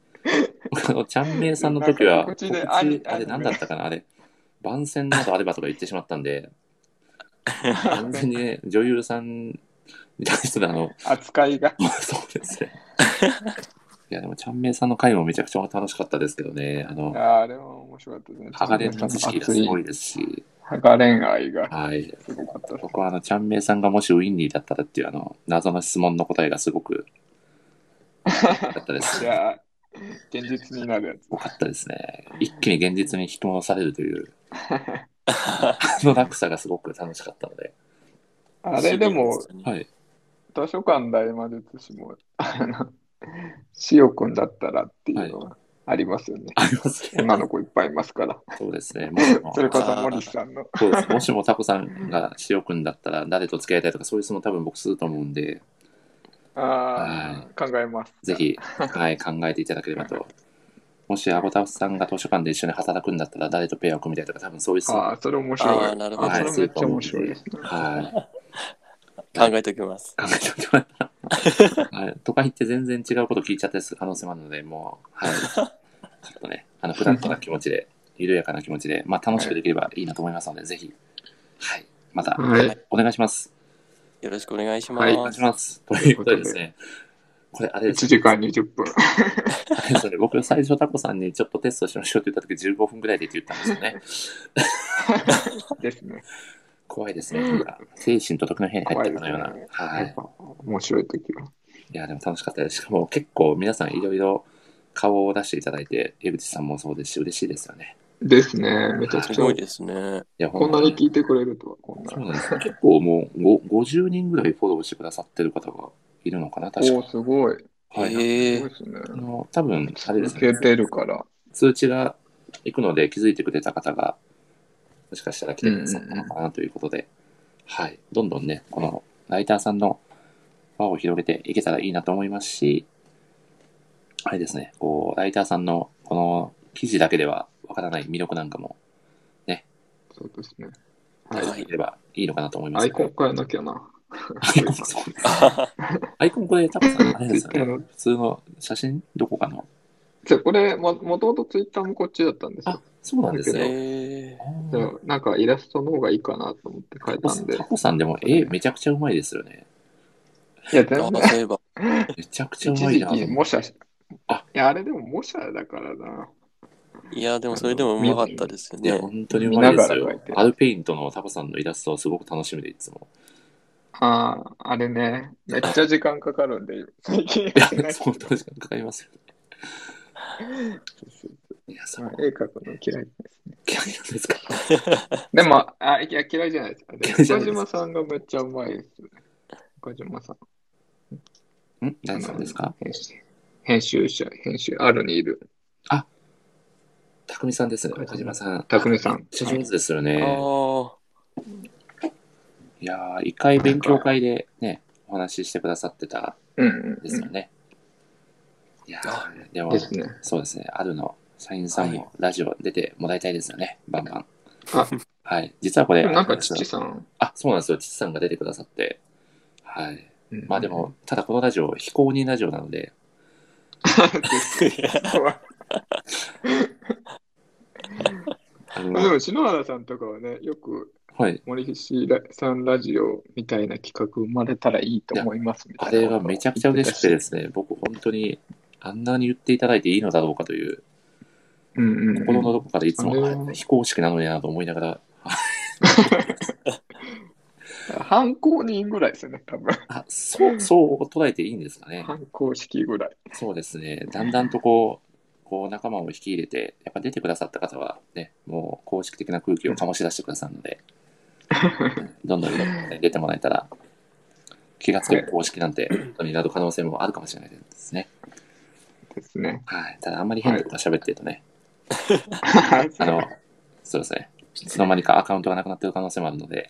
S1: あの、チャンメイさんの時は、
S2: なんか
S1: 告
S2: 告
S1: 知
S2: 知であり
S1: あれ
S2: あ
S1: 何
S2: り
S1: だったかなあれ、番宣などあればとか言ってしまったんで、完全にね、女優さんみたいな人で、あの、
S2: *laughs* 扱いが。
S1: そうですね。いや、でも、ちゃんめいさんの回もめちゃくちゃ楽しかったですけどね、あの、
S2: あれも面白かったですね。
S1: ハガレンの知識がすごい
S2: い。
S1: ですし、
S2: ハガレン愛が
S1: はい。
S2: すごかったです。
S1: 僕は、あの、ちゃんめいさんがもしウィンリーだったらっていう、あの、謎の質問の答えがすごく、良かったです。
S2: い
S1: 良
S2: やー、現実になるやつ。
S1: かったですね。一気に現実に引き戻されると
S2: *laughs*
S1: いう、あの落差がすごく楽しかったので、
S2: あれでも、
S1: はい。
S2: 図書館大魔術師も、あの、しおくんだったらっていうのはありますよね。
S1: ありますね。
S2: 女の子いっぱいいますから。
S1: そうですね。もしも
S2: それこそ森さんの。
S1: そうです。もしもタコさんが塩くんだったら誰と付き合いたいとかそういう質問多分僕すると思うんで、
S2: ああ、考えます。
S1: ぜひ、はい、考えていただければと。もしアゴタフさんが図書館で一緒に働くんだったら誰とペアを組みたいとか多分そういう質問。
S2: あ
S1: は
S2: あ、それ面
S3: あ
S2: 白
S3: ー
S2: い。
S3: なるほど
S2: あそれめっちゃ面白いですね。
S1: い。
S3: 考えておきます。
S1: 考えておいてもらった。はいとか言って全然違うこと聞いちゃったりする可能性もあるので、もう、はい。ちょっとね、あの、フラットな気持ちで、緩やかな気持ちで、まあ楽しくできればいいなと思いますので、ぜひ、はい。また、
S2: はい。
S1: お願いします。
S3: よろしくお願いしま
S2: は
S3: す。
S2: い
S1: お願いします。ということでですね、これあれですね
S2: 1時間20分。
S1: それ僕最初タコさんにちょっとテストしましょうって言った時15分ぐらいでって言ったんですよね。
S2: ですね。
S1: 怖いですね。なんか精神と時の部屋に入ったかのような。
S2: 怖いですね
S1: は
S2: やっ
S1: い。
S2: ぱ面白い時は。
S1: いや、でも楽しかったです。しかも結構皆さんいろいろ顔を出していただいて、江口さんもそうですし、嬉しいですよね。
S2: ですね。めちゃく
S3: す
S2: ちゃ
S3: ごい。ですね。
S1: いや、
S2: こんなに聞いてくれるとは、こん
S1: そう
S2: な。
S1: なんですよ結構もうご50人ぐらいフォローしてくださってる方がいるのかな、確
S2: お
S1: か
S2: お、。すごい。
S1: はい。
S3: え
S2: す
S3: え
S2: ごいですね。
S1: あの、多分、あれです
S2: 受け
S1: ね。
S2: てるから。
S1: 通知が行くので気づいてくれた方が、もしかしたら来てくださったのかなということで、はい。どんどんね、このライターさんの輪を広げていけたらいいなと思いますし、あれですね、こう、ライターさんのこの記事だけではわからない魅力なんかも、
S2: そうですね。
S1: 伝えていければいいのかなと思いま
S2: ア
S1: す
S2: イ
S1: の
S2: コ
S1: で、
S2: ン変えなきゃな。
S1: アイ
S2: *laughs*
S1: コン、 *laughs* そうですアイコンこれ、タコさん、あれですよ *laughs*
S2: Twitter
S1: ね
S2: の。
S1: 普通の写真どこかな
S2: じゃあこれも、もともとツイッターもこっちだったんです
S1: あ
S2: よ。、
S1: そうなんですね。
S3: ええ
S1: あ
S2: で
S1: ー
S2: もなんかイラストの方がいいかなと思って書いたんで。い
S1: タコさんでも絵めちゃくちゃうまいですよね。
S2: や、全
S3: あ
S2: 然。
S3: そういえば。
S1: めちゃくちゃう
S2: 一
S1: まい
S2: 時
S1: な。
S2: 期模写し、いや、あれでも模写だからな。
S3: いや、でもそれでもうまかったですよ
S1: いや、
S3: ね。
S1: 本当にうまいです
S2: 見ながら描
S1: よ
S2: いて。る
S1: アルペイントのタコさんのイラストをすごく楽しみで、いつ
S2: *laughs*
S1: も。
S2: ああ、あれね。めっちゃ時間かかるん
S1: *laughs*
S2: で、最近
S1: い
S2: や
S1: や、
S2: ってない
S1: そう、確かにかかりますよね。いや、そう
S2: まあ、絵描くの嫌いですね。
S1: 嫌いなんですか。
S2: でも、あ、いや、嫌いじゃないですか。で
S1: 嫌
S2: も
S1: いじゃな
S2: 岡
S1: いです
S2: 島さんがめっちゃうまいですよね。岡島さん。
S1: ん何さんですか
S2: 編集編集者、編集、あるにいる。
S1: 匠さんですね、岡島さん。
S2: 匠さん
S1: めっちゃ上手ですよ
S3: あ
S1: ね。
S2: *laughs*
S3: ー
S1: いやー、一回勉強会でね、お話ししてくださってた
S2: うんうん
S1: んですよね。いやー、で
S2: うん。
S1: も
S2: で、すね。
S1: そうですね、あるの社員さん
S3: は
S1: もラジオ出てもらいたいですよね、バンバン。
S2: あ
S1: はい、実はこれ、
S2: でもなんか、
S1: あ
S2: 父さん。
S1: あ、そうなんですよ、父さんが出てくださって。はい。
S2: うん
S1: まあで。も、ただこのラジオ、非公認ラジオなので、あ
S2: でも
S1: の、
S2: 篠原さんとかはね、よく
S1: はい、
S2: 森菱さんラジオみたいな企画生まれたらいいと思いますみた
S1: あ
S2: いな
S1: れはめちゃくちゃ嬉しくて
S2: で。
S1: ですすね、僕本当に、あんなに言っていただいていいのだろうかという、
S2: うんうんうん
S1: 心のどこかでいつも、
S2: あれは
S1: あ非公式なのになと思いながら、
S2: 犯行人ぐらいですよね、多分。
S1: あ、そう、そう捉えていいんですかね。
S2: 犯行式ぐらい。
S1: そうですね、だんだんとこう、こう仲間を引き入れて、やっぱ出てくださった方は、ね、もう公式的な空気を醸し出してくださるの
S2: *laughs*
S1: で、どんどん、ね、出てもらえたら、気がつけば公式なんて、本当になる可能性もあるかもしれないですね。
S2: ですね。
S1: はい、ただ、あんまり変なこと喋ってるとね、
S2: あ
S1: あの、そうですね、いつの間にかアカウントがなくなってる可能性もあるの
S2: *laughs*
S1: で、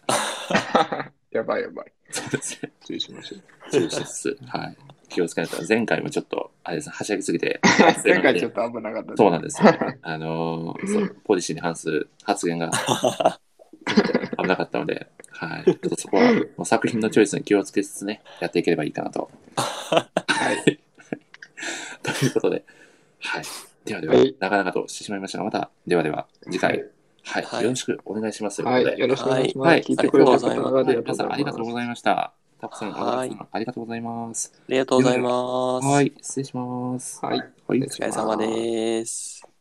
S2: *laughs* やばいやばい。
S1: そうですね、
S2: 注意しましょう。
S1: 注意しつつ、はい、気をつけないと、前回もちょっと、あれですね、はしゃぎすぎて、
S2: *laughs* 前回ちょっと危なかったです
S1: そうなんです
S2: *laughs*
S1: よ。あのーそうポリシーに反する発言が危なかったので、はい、ちょっとそこはもう作品のチョイスに気をつけつつね、やっていければいいかな
S2: *laughs*
S1: と。はい、 *laughs* ということで、はい、ではでは、
S2: はい
S1: なかなかとしてしまいましたが、また、ではでは、次回、はい、
S3: はい
S1: よろしくお願いします。と
S2: は
S1: いうこと
S2: い、
S1: で
S2: よろしくお願いします。
S1: はい
S2: 聞いてくれた方
S3: は
S2: 々あ
S1: は
S2: り
S1: い
S2: がと
S1: 皆
S2: う
S1: さんありがとう
S2: ご
S1: ご
S2: ざ
S1: ざ
S2: い
S1: い
S2: ます。
S1: ました。タコさん、小
S3: は
S1: 田
S3: い
S1: さんありがとうございます。
S3: ありがとうございます。
S1: はい、失礼します。
S2: はい。
S1: はい
S2: お疲
S3: お疲れ様です。